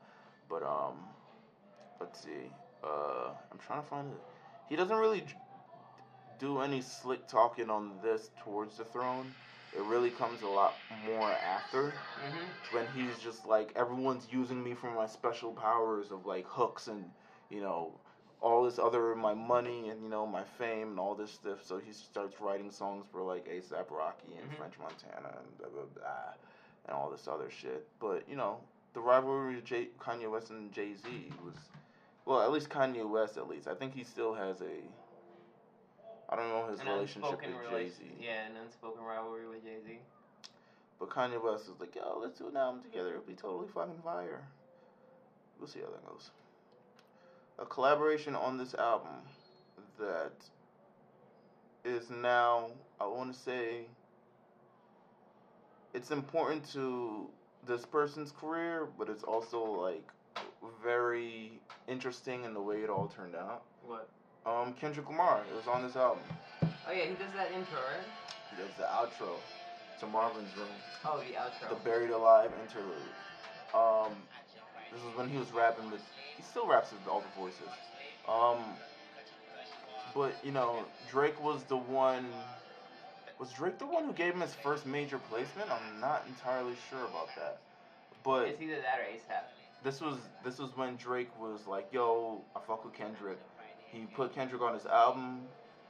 [SPEAKER 1] But um, let's see. Uh, I'm trying to find it. He doesn't really d- do any slick talking on this towards the throne. It really comes a lot more after
[SPEAKER 2] Mm-hmm.
[SPEAKER 1] when he's just like everyone's using me for my special powers of like hooks and you know all this other my money and you know my fame and all this stuff. So he starts writing songs for like ASAP Rocky and
[SPEAKER 2] Mhm.
[SPEAKER 1] French Montana and blah blah blah and all this other shit. But you know the rivalry with Jay- Kanye West and Jay Z was well at least Kanye West at least I think he still has a I don't know his
[SPEAKER 2] An
[SPEAKER 1] relationship
[SPEAKER 2] unspoken
[SPEAKER 1] with Jay
[SPEAKER 2] rela-
[SPEAKER 1] Z.
[SPEAKER 2] Yeah, an unspoken rivalry with Jay Z.
[SPEAKER 1] But Kanye West was like, yo, let's do an album together. It'll be totally fucking fire. We'll see how that goes. A collaboration on this album that is now, I want to say, it's important to this person's career, but it's also like very interesting in the way it all turned out.
[SPEAKER 2] What?
[SPEAKER 1] Um, Kendrick Lamar is on this album.
[SPEAKER 2] Oh yeah, he does that intro, right?
[SPEAKER 1] He does the outro. to Marvin's room.
[SPEAKER 2] Oh, the outro.
[SPEAKER 1] The Buried Alive interlude. Um, this was when he was rapping with. He still raps with all the voices. Um, but you know, Drake was the one. Was Drake the one who gave him his first major placement? I'm not entirely sure about that. But
[SPEAKER 2] it's either that or ASAP.
[SPEAKER 1] This was this was when Drake was like, "Yo, I fuck with Kendrick." He put Kendrick on his album.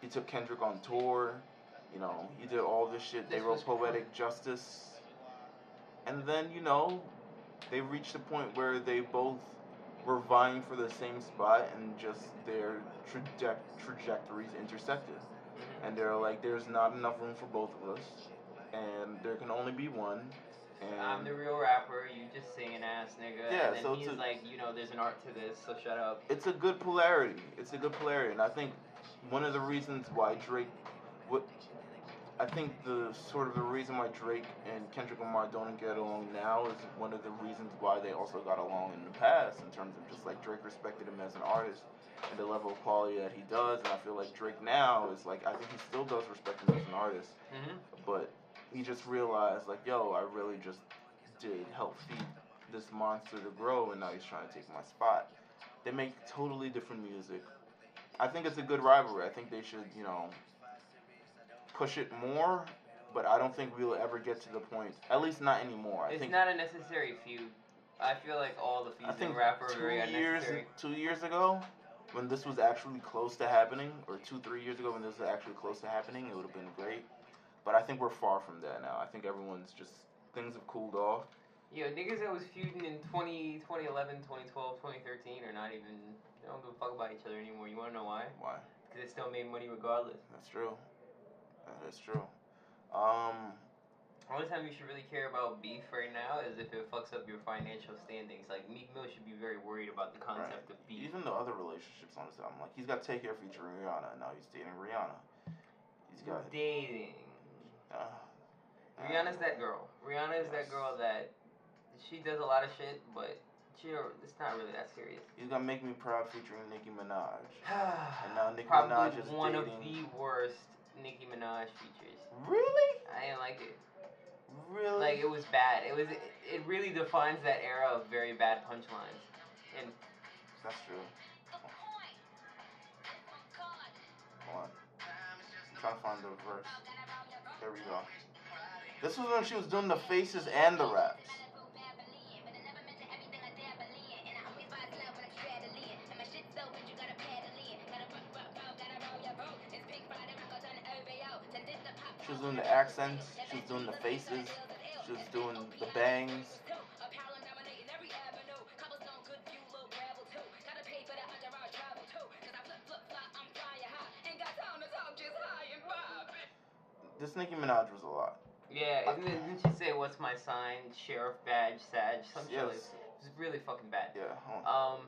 [SPEAKER 1] He took Kendrick on tour. You know, he did all this shit. They
[SPEAKER 2] This
[SPEAKER 1] wrote
[SPEAKER 2] was-
[SPEAKER 1] Poetic Justice. And then, you know, they reached a point where they both were vying for the same spot and just their traje- trajectories intersected.
[SPEAKER 2] Mhm.
[SPEAKER 1] And they're like, there's not enough room for both of us. And there can only be one. And
[SPEAKER 2] I'm the real rapper. You just sing an ass nigga.
[SPEAKER 1] Yeah,
[SPEAKER 2] And then
[SPEAKER 1] so
[SPEAKER 2] he's
[SPEAKER 1] to-
[SPEAKER 2] like, you know, there's an art to this, so shut up.
[SPEAKER 1] it's a good polarity. It's a good polarity, and I think one of the reasons why Drake, what, I think the sort of the reason why Drake and Kendrick Lamar don't get along now is one of the reasons why they also got along in the past in terms of just like Drake respected him as an artist and the level of quality that he does, and I feel like Drake now is like I think he still does respect him as an artist,
[SPEAKER 2] hmm
[SPEAKER 1] but he just realized like yo, I really just did help feed this monster to grow, and now he's trying to take my spot. They make totally different music. I think it's a good rivalry. I think they should, you know, push it more. But I don't think we'll ever get to the point. At least not anymore. I
[SPEAKER 2] It's
[SPEAKER 1] think
[SPEAKER 2] not a necessary feud. I feel like all the
[SPEAKER 1] I
[SPEAKER 2] feuds in
[SPEAKER 1] think
[SPEAKER 2] rap are
[SPEAKER 1] two
[SPEAKER 2] very
[SPEAKER 1] years
[SPEAKER 2] unnecessary.
[SPEAKER 1] two years ago, when this was actually close to happening, or two three years ago when this was actually close to happening, it would have been great. But I think we're far from that now. I think everyone's just things have cooled off.
[SPEAKER 2] Yo, niggas that was feuding in 20, 2011, 2012, 2013 are not even. They don't give a fuck about each other anymore. You wanna know why?
[SPEAKER 1] Why?
[SPEAKER 2] Because they still made money regardless.
[SPEAKER 1] That's true. That is true. Um,
[SPEAKER 2] The only time you should really care about beef right now is if it fucks up your financial standings. Like, Meek Mill should be very worried about the concept of beef.
[SPEAKER 1] even the other relationships on this album, like he's got Take Care featuring Rihanna, and now he's dating Rihanna. He's got.
[SPEAKER 2] Dating.
[SPEAKER 1] Uh,
[SPEAKER 2] Rihanna's that girl. Rihanna is
[SPEAKER 1] Um, Yes.
[SPEAKER 2] that girl that she does a lot of shit, but she don't, it's not really that serious.
[SPEAKER 1] He's gonna make me proud featuring Nicki Minaj.
[SPEAKER 2] and
[SPEAKER 1] now Nicki
[SPEAKER 2] Probably
[SPEAKER 1] Minaj is
[SPEAKER 2] one of the
[SPEAKER 1] dating-
[SPEAKER 2] worst Nicki Minaj features.
[SPEAKER 1] Really?
[SPEAKER 2] I didn't like it.
[SPEAKER 1] Really?
[SPEAKER 2] Like it was bad. It was. It, it really defines that era of very bad punchlines. And
[SPEAKER 1] That's true. Hold on. I'm trying to find the verse. There we go. This was when she was doing the faces and the raps. She was doing the accents, she was doing the faces, she was doing the bangs. This Nicki Minaj was a lot.
[SPEAKER 2] yeah, isn't it, didn't she say what's my sign? Sheriff badge, Sag, some shit like
[SPEAKER 1] Yes.
[SPEAKER 2] It's really fucking bad.
[SPEAKER 1] Yeah, hold on.
[SPEAKER 2] Um,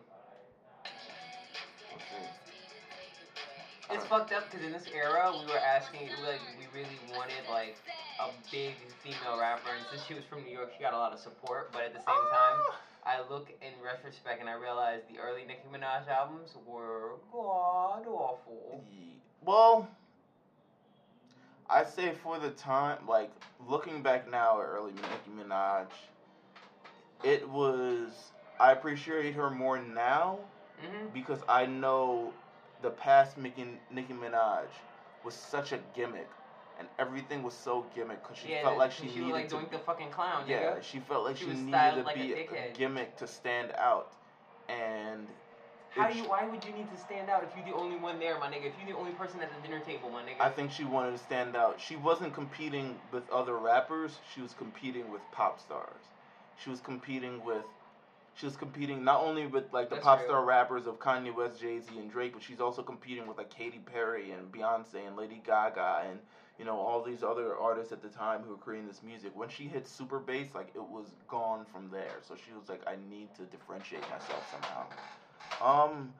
[SPEAKER 1] Let's see.
[SPEAKER 2] it's
[SPEAKER 1] Alright.
[SPEAKER 2] fucked up because in this era we were asking, like, we really wanted like a big female rapper, and since she was from New York, she got a lot of support. But at the same time, I look in retrospect and I realize the early Nicki Minaj albums were god awful.
[SPEAKER 1] Ye- Well, I say for the time, like looking back now at early Nicki Minaj, it was. I appreciate her more now
[SPEAKER 2] hmm
[SPEAKER 1] because I know the past Nicki, Nicki Minaj was such a gimmick, and everything was so gimmick because she
[SPEAKER 2] yeah,
[SPEAKER 1] felt
[SPEAKER 2] the-
[SPEAKER 1] like she,
[SPEAKER 2] she was
[SPEAKER 1] needed
[SPEAKER 2] like
[SPEAKER 1] to.
[SPEAKER 2] doing the fucking clown.
[SPEAKER 1] yeah,
[SPEAKER 2] nigga.
[SPEAKER 1] she felt like
[SPEAKER 2] She
[SPEAKER 1] she,
[SPEAKER 2] was
[SPEAKER 1] needed
[SPEAKER 2] styled
[SPEAKER 1] to
[SPEAKER 2] like a
[SPEAKER 1] be a- a
[SPEAKER 2] dickhead.
[SPEAKER 1] gimmick to stand out, and
[SPEAKER 2] How
[SPEAKER 1] it-
[SPEAKER 2] do you? Why would you need to stand out if you're the only one there, my nigga? If you're the only person at the dinner table, my nigga.
[SPEAKER 1] I think she wanted to stand out. She wasn't competing with other rappers. She was competing with pop stars. She was competing with. She was competing not only with like the
[SPEAKER 2] That's
[SPEAKER 1] pop
[SPEAKER 2] real.
[SPEAKER 1] star rappers of Kanye West, Jay Z, and Drake, but she's also competing with like Katy Perry and Beyonce and Lady Gaga and you know all these other artists at the time who were creating this music. When she hit Super Bass, like it was gone from there. So she was like, I need to differentiate myself somehow. Um,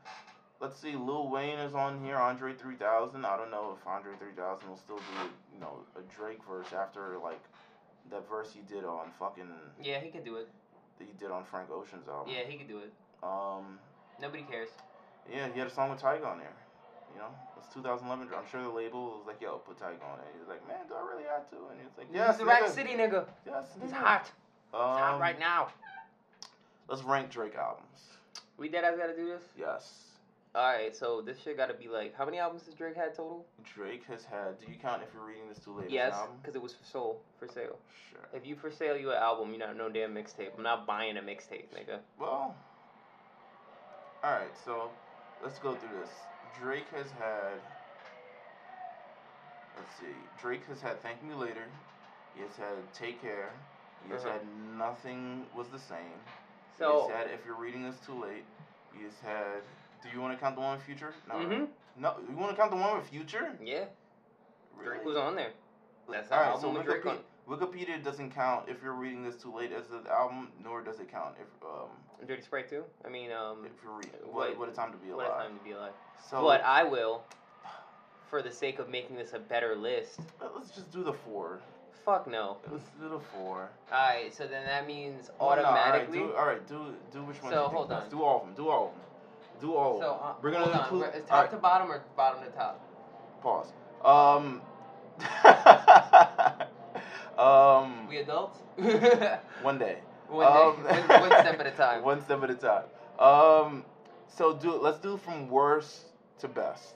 [SPEAKER 1] let's see, Lil Wayne is on here, Andre 3000. I don't know if Andre 3000 will still do, you know, a Drake verse after, like, that verse he did on fucking,
[SPEAKER 2] yeah, he could do it.
[SPEAKER 1] that he did on Frank Ocean's album.
[SPEAKER 2] Yeah, he could do it.
[SPEAKER 1] Um,
[SPEAKER 2] Nobody cares.
[SPEAKER 1] yeah, he had a song with Tyga on there. You know, it's 2011. I'm sure the label was like, "Yo, put Tyga on it." He's like, "Man, do I really have to?" And he's like, "Yes,
[SPEAKER 4] He's a Rack City nigga.
[SPEAKER 1] Yes,
[SPEAKER 4] He's
[SPEAKER 2] Mm-hmm.
[SPEAKER 1] nigga."
[SPEAKER 4] hot.
[SPEAKER 1] Um,
[SPEAKER 4] He's hot right now.
[SPEAKER 1] Let's rank Drake albums.
[SPEAKER 2] We dead ass gotta do this?
[SPEAKER 1] Yes,
[SPEAKER 2] Alright, so this shit gotta be like, how many albums has Drake had total?
[SPEAKER 1] Drake has had. Do you count if you're reading this too late? as an
[SPEAKER 2] Yes,
[SPEAKER 1] album?
[SPEAKER 2] because it was for sold, for sale.
[SPEAKER 1] Sure.
[SPEAKER 2] If you for sale you an album, you're not no damn mixtape. I'm not buying a mixtape, nigga.
[SPEAKER 1] Well, all right. So let's go through this. Drake has had. Let's see. Drake has had "Thank Me Later." He has had "Take Care." He has
[SPEAKER 2] Uh-huh.
[SPEAKER 1] had "Nothing Was the Same."
[SPEAKER 2] So,
[SPEAKER 1] he has had "If You're Reading This Too Late." He has had. Do you want to count the one with Future? No.
[SPEAKER 2] hmm
[SPEAKER 1] No. You want to count the one with Future?
[SPEAKER 2] yeah, Drake
[SPEAKER 1] Really?
[SPEAKER 2] was on there. That's
[SPEAKER 1] All
[SPEAKER 2] an
[SPEAKER 1] right.
[SPEAKER 2] album
[SPEAKER 1] So
[SPEAKER 2] with Drake
[SPEAKER 1] Wikipedia,
[SPEAKER 2] on.
[SPEAKER 1] Wikipedia doesn't count if you're reading this too late as an album, nor does it count if um
[SPEAKER 2] Dirty Sprite too. I mean, um,
[SPEAKER 1] if you're reading.
[SPEAKER 2] What-
[SPEAKER 1] What, what a time to be
[SPEAKER 2] what
[SPEAKER 1] alive.
[SPEAKER 2] a time to be alive.
[SPEAKER 1] So
[SPEAKER 2] but I will, for the sake of making this a better list.
[SPEAKER 1] Let- Let's just do the four.
[SPEAKER 2] Fuck no.
[SPEAKER 1] Let's do the four.
[SPEAKER 2] Alright, so then that means
[SPEAKER 1] Oh, no,
[SPEAKER 2] automatically.
[SPEAKER 1] all right, do, all right, do do which one? you
[SPEAKER 2] So,
[SPEAKER 1] think
[SPEAKER 2] hold
[SPEAKER 1] best.
[SPEAKER 2] on.
[SPEAKER 1] Do all of them. Do all of them. Do all.
[SPEAKER 4] So,
[SPEAKER 1] of them.
[SPEAKER 4] uh,
[SPEAKER 1] Oh, We're gonna
[SPEAKER 4] hold on.
[SPEAKER 1] include.
[SPEAKER 4] We're- Is
[SPEAKER 1] all
[SPEAKER 4] top to bottom or bottom to top?
[SPEAKER 1] right, pause. Um. um.
[SPEAKER 4] We adults?
[SPEAKER 1] One day.
[SPEAKER 4] One
[SPEAKER 1] Um,
[SPEAKER 4] day, one, one step at a time.
[SPEAKER 1] One step at a time. Um. So do let's do from worst to best.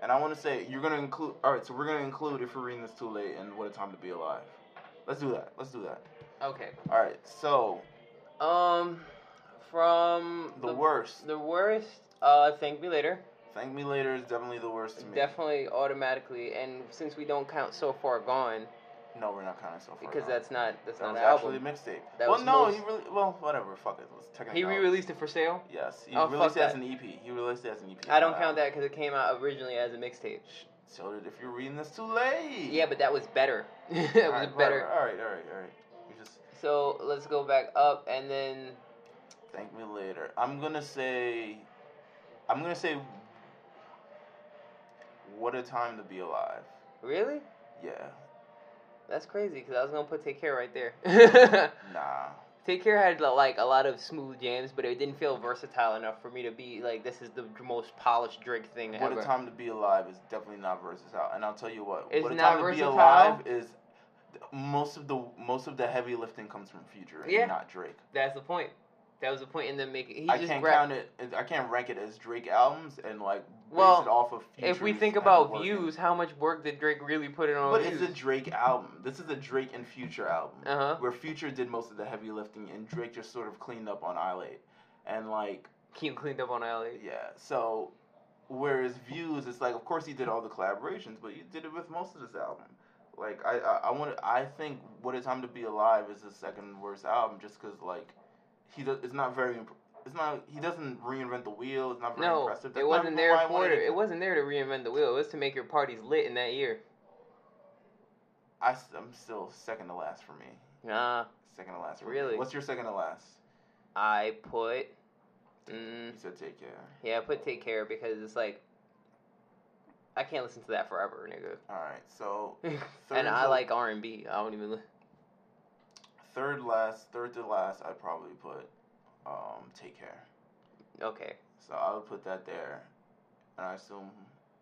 [SPEAKER 1] And I want to say you're gonna include. All right, so we're gonna include if we're reading this too late and what a time to be alive. Let's do that. Let's do that.
[SPEAKER 2] Okay.
[SPEAKER 1] All right. So
[SPEAKER 2] Um, from
[SPEAKER 1] the, worst.
[SPEAKER 2] The worst. Uh, thank me later.
[SPEAKER 1] Thank Me Later is definitely the worst to me.
[SPEAKER 2] Definitely automatically, and since we don't count so far gone,
[SPEAKER 1] No, we're not counting so far.
[SPEAKER 2] because
[SPEAKER 1] no.
[SPEAKER 2] that's not that's
[SPEAKER 1] that
[SPEAKER 2] not
[SPEAKER 1] was
[SPEAKER 2] an
[SPEAKER 1] actually
[SPEAKER 2] album.
[SPEAKER 1] a mixtape.
[SPEAKER 2] That
[SPEAKER 1] Well,
[SPEAKER 2] was
[SPEAKER 1] no,
[SPEAKER 2] most-
[SPEAKER 1] he really. Well, whatever. Fuck it. Let's technically.
[SPEAKER 2] He re-released it for sale.
[SPEAKER 1] Yes, he
[SPEAKER 2] Oh, fuck
[SPEAKER 1] released it as
[SPEAKER 2] that.
[SPEAKER 1] an EP. He released it as an E EP.
[SPEAKER 2] I don't
[SPEAKER 1] Wow.
[SPEAKER 2] count that because it came out originally as a mixtape.
[SPEAKER 1] So did if you're reading this too late.
[SPEAKER 2] Yeah, but that was better. that was
[SPEAKER 1] Alright,
[SPEAKER 2] better.
[SPEAKER 1] whatever. All right, all right, all right. We just
[SPEAKER 2] So let's go back up, and then
[SPEAKER 1] thank me later. I'm gonna say, I'm gonna say, what a time to be alive.
[SPEAKER 2] really,
[SPEAKER 1] Yeah,
[SPEAKER 2] that's crazy because I was gonna put take care right there.
[SPEAKER 1] nah.
[SPEAKER 2] Take Care had like a lot of smooth jams, but it didn't feel versatile enough for me to be like this is the most polished Drake thing
[SPEAKER 1] What
[SPEAKER 2] ever.
[SPEAKER 1] a time to be alive is definitely not versatile, and I'll tell you what.
[SPEAKER 2] It's
[SPEAKER 1] what a
[SPEAKER 2] not
[SPEAKER 1] time to
[SPEAKER 2] versatile?
[SPEAKER 1] be alive is most of the most of the heavy lifting comes from Future and
[SPEAKER 2] Yeah.
[SPEAKER 1] not Drake.
[SPEAKER 2] That's the point. That was the point in the making. He
[SPEAKER 1] I
[SPEAKER 2] just
[SPEAKER 1] can't count
[SPEAKER 2] grabbed-
[SPEAKER 1] it. I can't rank it as Drake albums and like base
[SPEAKER 2] Well,
[SPEAKER 1] it off of.
[SPEAKER 2] If we
[SPEAKER 1] Future's
[SPEAKER 2] think
[SPEAKER 1] and
[SPEAKER 2] about
[SPEAKER 1] work.
[SPEAKER 2] views, how much work did Drake really put in on
[SPEAKER 1] but
[SPEAKER 2] views?
[SPEAKER 1] it's a Drake album. This is a Drake and Future album.
[SPEAKER 2] uh huh.
[SPEAKER 1] where Future did most of the heavy lifting and Drake just sort of cleaned up on Isle 8. And like,
[SPEAKER 2] Keem cleaned up on LA.
[SPEAKER 1] yeah, so whereas Views, it's like, of course he did all the collaborations, but you did it with most of this album. Like I, I, I want, I think "What a Time to Be Alive" is the second worst album, just because like he, does, it's not very, imp- it's not, he doesn't reinvent the wheel. It's not very
[SPEAKER 2] No,
[SPEAKER 1] impressive. That's
[SPEAKER 2] it
[SPEAKER 1] not
[SPEAKER 2] wasn't
[SPEAKER 1] even
[SPEAKER 2] there
[SPEAKER 1] why I
[SPEAKER 2] for
[SPEAKER 1] wanted
[SPEAKER 2] it. wasn't there to reinvent the wheel. It was to make your parties lit in that year.
[SPEAKER 1] I, am still second to last for me.
[SPEAKER 2] Nah,
[SPEAKER 1] Second to last. For
[SPEAKER 2] Really?
[SPEAKER 1] Me. What's your second to last?
[SPEAKER 2] I put. Mm,
[SPEAKER 1] You said take care.
[SPEAKER 2] yeah, I put take care because it's like. I can't listen to that forever, nigga.
[SPEAKER 1] All right, so
[SPEAKER 2] and I
[SPEAKER 1] to-
[SPEAKER 2] like R and B. I don't even. li-
[SPEAKER 1] Third last, third to last, I'd probably put um, Take Care.
[SPEAKER 2] Okay.
[SPEAKER 1] So I would put that there. And I assume,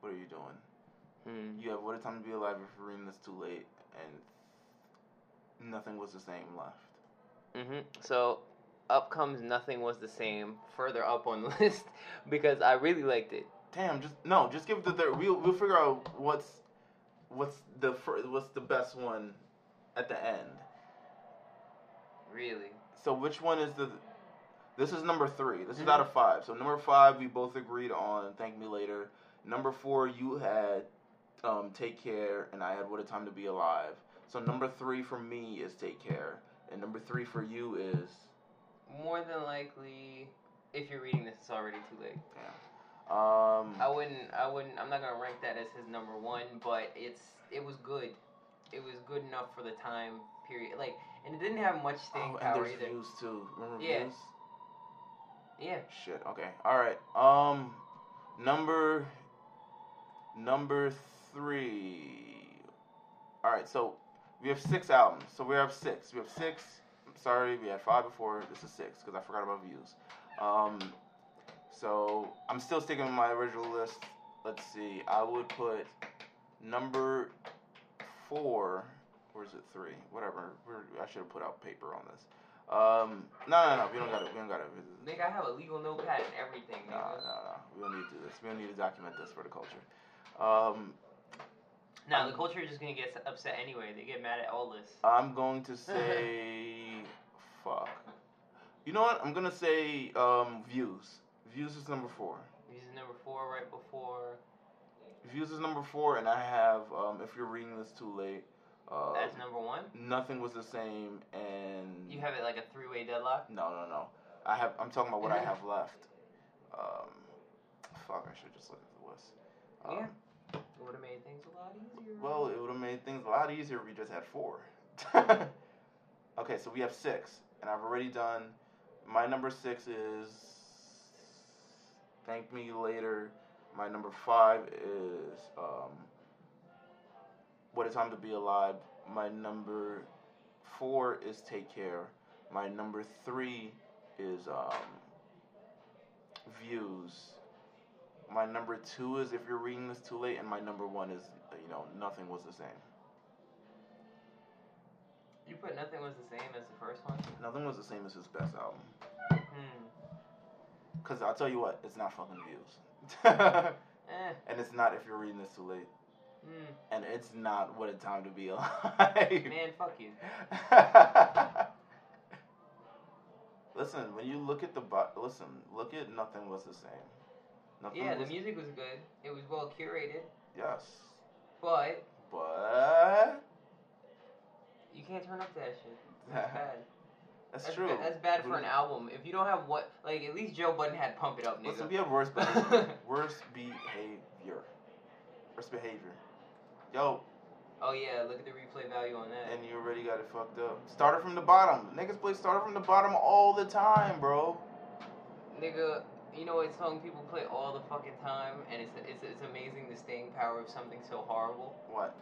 [SPEAKER 1] what are you doing?
[SPEAKER 2] Hmm.
[SPEAKER 1] You have What a Time to Be Alive if you're reading this too late, and nothing was the same left.
[SPEAKER 2] hmm So, up comes nothing was the same. Further up on the list because I really liked it.
[SPEAKER 1] Damn, just no, just give the third. We'll we'll figure out what's what's the fir- what's the best one at the end.
[SPEAKER 2] Really.
[SPEAKER 1] So which one is the? This is number three. This
[SPEAKER 2] Mm-hmm.
[SPEAKER 1] is out of five. So number five, we both agreed on. Thank me later. Number four, you had um, take care, and I had what a time to be alive. So number three for me is take care, and number three for you is
[SPEAKER 2] More than likely, if you're reading this, it's already too late.
[SPEAKER 1] um.
[SPEAKER 2] I wouldn't. I wouldn't. I'm not gonna rank that as his number one, but it's. It was good. It was good enough for the time period. Like, and it didn't have much staying
[SPEAKER 1] Oh, and
[SPEAKER 2] power
[SPEAKER 1] there's
[SPEAKER 2] either.
[SPEAKER 1] views too. Remember
[SPEAKER 2] Yeah.
[SPEAKER 1] views?
[SPEAKER 2] Yeah.
[SPEAKER 1] Shit. Okay. All right. Um, number number three. All right. So we have six albums. So we have six. We have six. I'm sorry, we had five before. This is six because I forgot about views. Um, So I'm still sticking with my original list. Let's see. I would put number four, or is it three? Whatever. We're, I should have put out paper on this. Um, no, no, no. We don't got it. We don't got it.
[SPEAKER 2] Nick, I have a legal notepad and everything.
[SPEAKER 1] No, no, no. We don't need to do this. We don't need to document this for the culture. Um,
[SPEAKER 2] now the culture is just gonna get upset anyway. They get mad at all this.
[SPEAKER 1] I'm going to say, fuck. You know what? I'm gonna say um, views. Views is number four.
[SPEAKER 2] Views is number four, right before.
[SPEAKER 1] Views is number four, and I have. Um, if you're reading this too late. Uh,
[SPEAKER 2] That's number one.
[SPEAKER 1] Nothing was the same, and
[SPEAKER 2] you have it like a three-way deadlock.
[SPEAKER 1] No, no, no. I have. I'm talking about what I have left. Um, fuck. I should just look at the list. Um,
[SPEAKER 2] Yeah. It would have made things a lot easier.
[SPEAKER 1] Well, it would have made things a lot easier if we just had four. okay, so we have six, and I've already done. My number six is thank me later. My number five is um, what a time to be alive. My number four is take care. My number three is um, views. My number two is if you're reading this too late, and my number one is you know nothing was the same.
[SPEAKER 2] you put nothing was the same as the first one.
[SPEAKER 1] Nothing was the same as his best album.
[SPEAKER 2] Hmm.
[SPEAKER 1] Cause I'll tell you what, it's not fucking views,
[SPEAKER 2] Eh.
[SPEAKER 1] and it's not if you're reading this too late,
[SPEAKER 2] Hmm.
[SPEAKER 1] and it's not what a time to be
[SPEAKER 2] Man, fuck you.
[SPEAKER 1] alive. listen, when you look at the bo- listen, look at nothing was the same. Nothing
[SPEAKER 2] Yeah, the
[SPEAKER 1] was
[SPEAKER 2] music was good. It was well curated,
[SPEAKER 1] yes,
[SPEAKER 2] but
[SPEAKER 1] but
[SPEAKER 2] you can't turn up that shit. That's bad.
[SPEAKER 1] that's,
[SPEAKER 2] That's
[SPEAKER 1] true.
[SPEAKER 2] ba- that's bad for
[SPEAKER 1] We-
[SPEAKER 2] an album. If you don't have what, like, at least Joe Budden had "Pump It Up," nigga.
[SPEAKER 1] Listen, we have worse behavior. worse behavior. Worse behavior. Yo,
[SPEAKER 2] oh yeah, look at the replay value on that.
[SPEAKER 1] and you already got it fucked up. Started from the bottom. Niggas play started from the bottom all the time, bro.
[SPEAKER 2] Nigga, you know what song people play all the fucking time, and it's it's it's amazing the staying power of something so horrible.
[SPEAKER 1] What?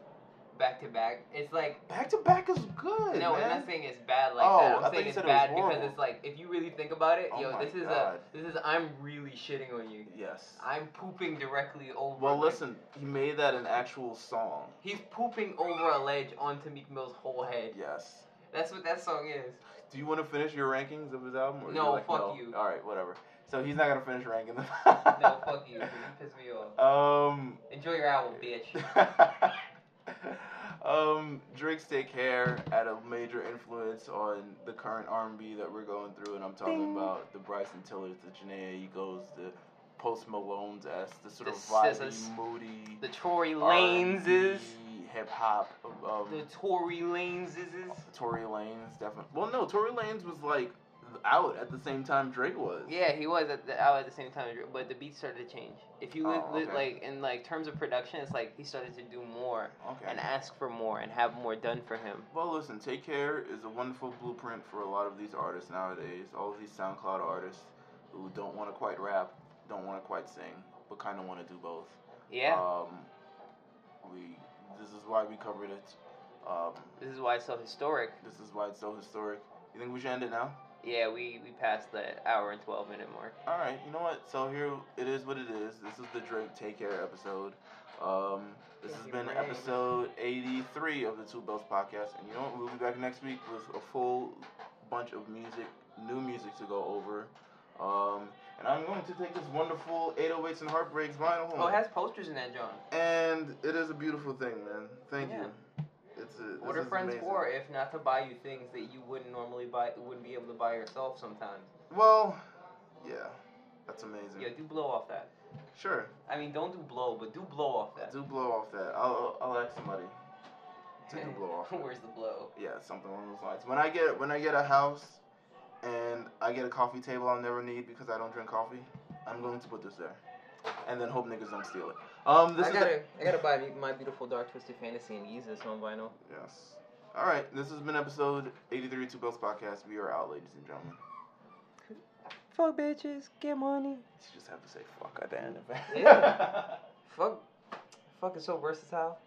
[SPEAKER 2] Back to back, it's like
[SPEAKER 1] Back to back is good.
[SPEAKER 2] no, I'm
[SPEAKER 1] man.
[SPEAKER 2] not saying it's bad like
[SPEAKER 1] Oh, I
[SPEAKER 2] that. I'm
[SPEAKER 1] thought
[SPEAKER 2] saying
[SPEAKER 1] you
[SPEAKER 2] it's
[SPEAKER 1] said it was
[SPEAKER 2] bad because
[SPEAKER 1] horrible.
[SPEAKER 2] it's like if you really think about it,
[SPEAKER 1] Oh
[SPEAKER 2] yo,
[SPEAKER 1] my
[SPEAKER 2] this is
[SPEAKER 1] God.
[SPEAKER 2] a this is I'm really shitting on you.
[SPEAKER 1] Yes.
[SPEAKER 2] I'm pooping directly over.
[SPEAKER 1] well,
[SPEAKER 2] like,
[SPEAKER 1] listen, he made that an actual song.
[SPEAKER 2] He's pooping over a ledge onto Meek Mill's whole head.
[SPEAKER 1] Yes.
[SPEAKER 2] That's what that song is.
[SPEAKER 1] Do you want to finish your rankings of his album? Or
[SPEAKER 2] No,
[SPEAKER 1] you're like,
[SPEAKER 2] fuck
[SPEAKER 1] no?
[SPEAKER 2] you.
[SPEAKER 1] All right, whatever. So he's not gonna finish ranking them.
[SPEAKER 2] No, fuck you. dude. You piss me off.
[SPEAKER 1] Um.
[SPEAKER 2] Enjoy your album, bitch.
[SPEAKER 1] um, Drake's Take Care had a major influence on the current R&B that we're going through, and I'm talking about the Bryson Tillers, the Janae Eagles, the Post Malones, as the sort of
[SPEAKER 2] The Scissors.
[SPEAKER 1] vibey, moody,
[SPEAKER 2] The Tory
[SPEAKER 1] R&B,
[SPEAKER 2] Laneses.
[SPEAKER 1] hip hop. Um,
[SPEAKER 2] The Tory Laneses.
[SPEAKER 1] Tory Lanez definitely. Well, no, Tory Lanez was like out at the same time Drake was.
[SPEAKER 2] Yeah, he was at the, out at the same time, as Dr- but the beats started to change. If you li-
[SPEAKER 1] Oh,
[SPEAKER 2] li-
[SPEAKER 1] okay.
[SPEAKER 2] like in like terms of production, it's like he started to do more
[SPEAKER 1] Okay.
[SPEAKER 2] and ask for more and have more done for him.
[SPEAKER 1] Well, listen, Take Care is a wonderful blueprint for a lot of these artists nowadays. All of these SoundCloud artists who don't want to quite rap, don't want to quite sing, but kind of want to do both.
[SPEAKER 2] Yeah,
[SPEAKER 1] Um, we, this is why we covered it. Um,
[SPEAKER 2] this is why it's so historic.
[SPEAKER 1] this is why it's so historic. You think we should end it now?
[SPEAKER 2] Yeah, we we passed the hour and twelve minute mark.
[SPEAKER 1] All right, you know what? So here it is what it is. This is the Drake Take Care episode. Um, this has been episode 83 of the Two Bells podcast. And you know what? We'll be back next week with a full bunch of music, new music to go over. Um, and I'm going to take this wonderful 808s and Heartbreaks vinyl home.
[SPEAKER 2] Oh, it has posters in that John.
[SPEAKER 1] and it is a beautiful thing, man. Thank
[SPEAKER 2] Yeah.
[SPEAKER 1] you. It's a,
[SPEAKER 2] What
[SPEAKER 1] this
[SPEAKER 2] are
[SPEAKER 1] is
[SPEAKER 2] friends
[SPEAKER 1] amazing.
[SPEAKER 2] for if not to buy you things that you wouldn't normally buy, wouldn't be able to buy yourself sometimes?
[SPEAKER 1] Well, yeah, that's amazing.
[SPEAKER 2] Yo, do blow off that.
[SPEAKER 1] Sure.
[SPEAKER 2] I mean, don't do blow, but do blow off that.
[SPEAKER 1] Do blow off that. I'll, I'll ask somebody to do blow off.
[SPEAKER 2] Where's the blow?
[SPEAKER 1] Yeah, something along those lines. When I get when I get a house and I get a coffee table I'll never need because I don't drink coffee, I'm going to put this there. And then hope niggas don't steal it. Um this
[SPEAKER 2] I
[SPEAKER 1] is
[SPEAKER 2] gotta, I gotta buy me- my beautiful dark twisted fantasy and use this on vinyl.
[SPEAKER 1] Yes. Alright, this has been episode eighty three two Bells Podcast. We are out, ladies and gentlemen.
[SPEAKER 2] Fuck bitches, get money.
[SPEAKER 1] You just have to say fuck at the end of it.
[SPEAKER 2] Yeah. Fuck, fuck is so versatile.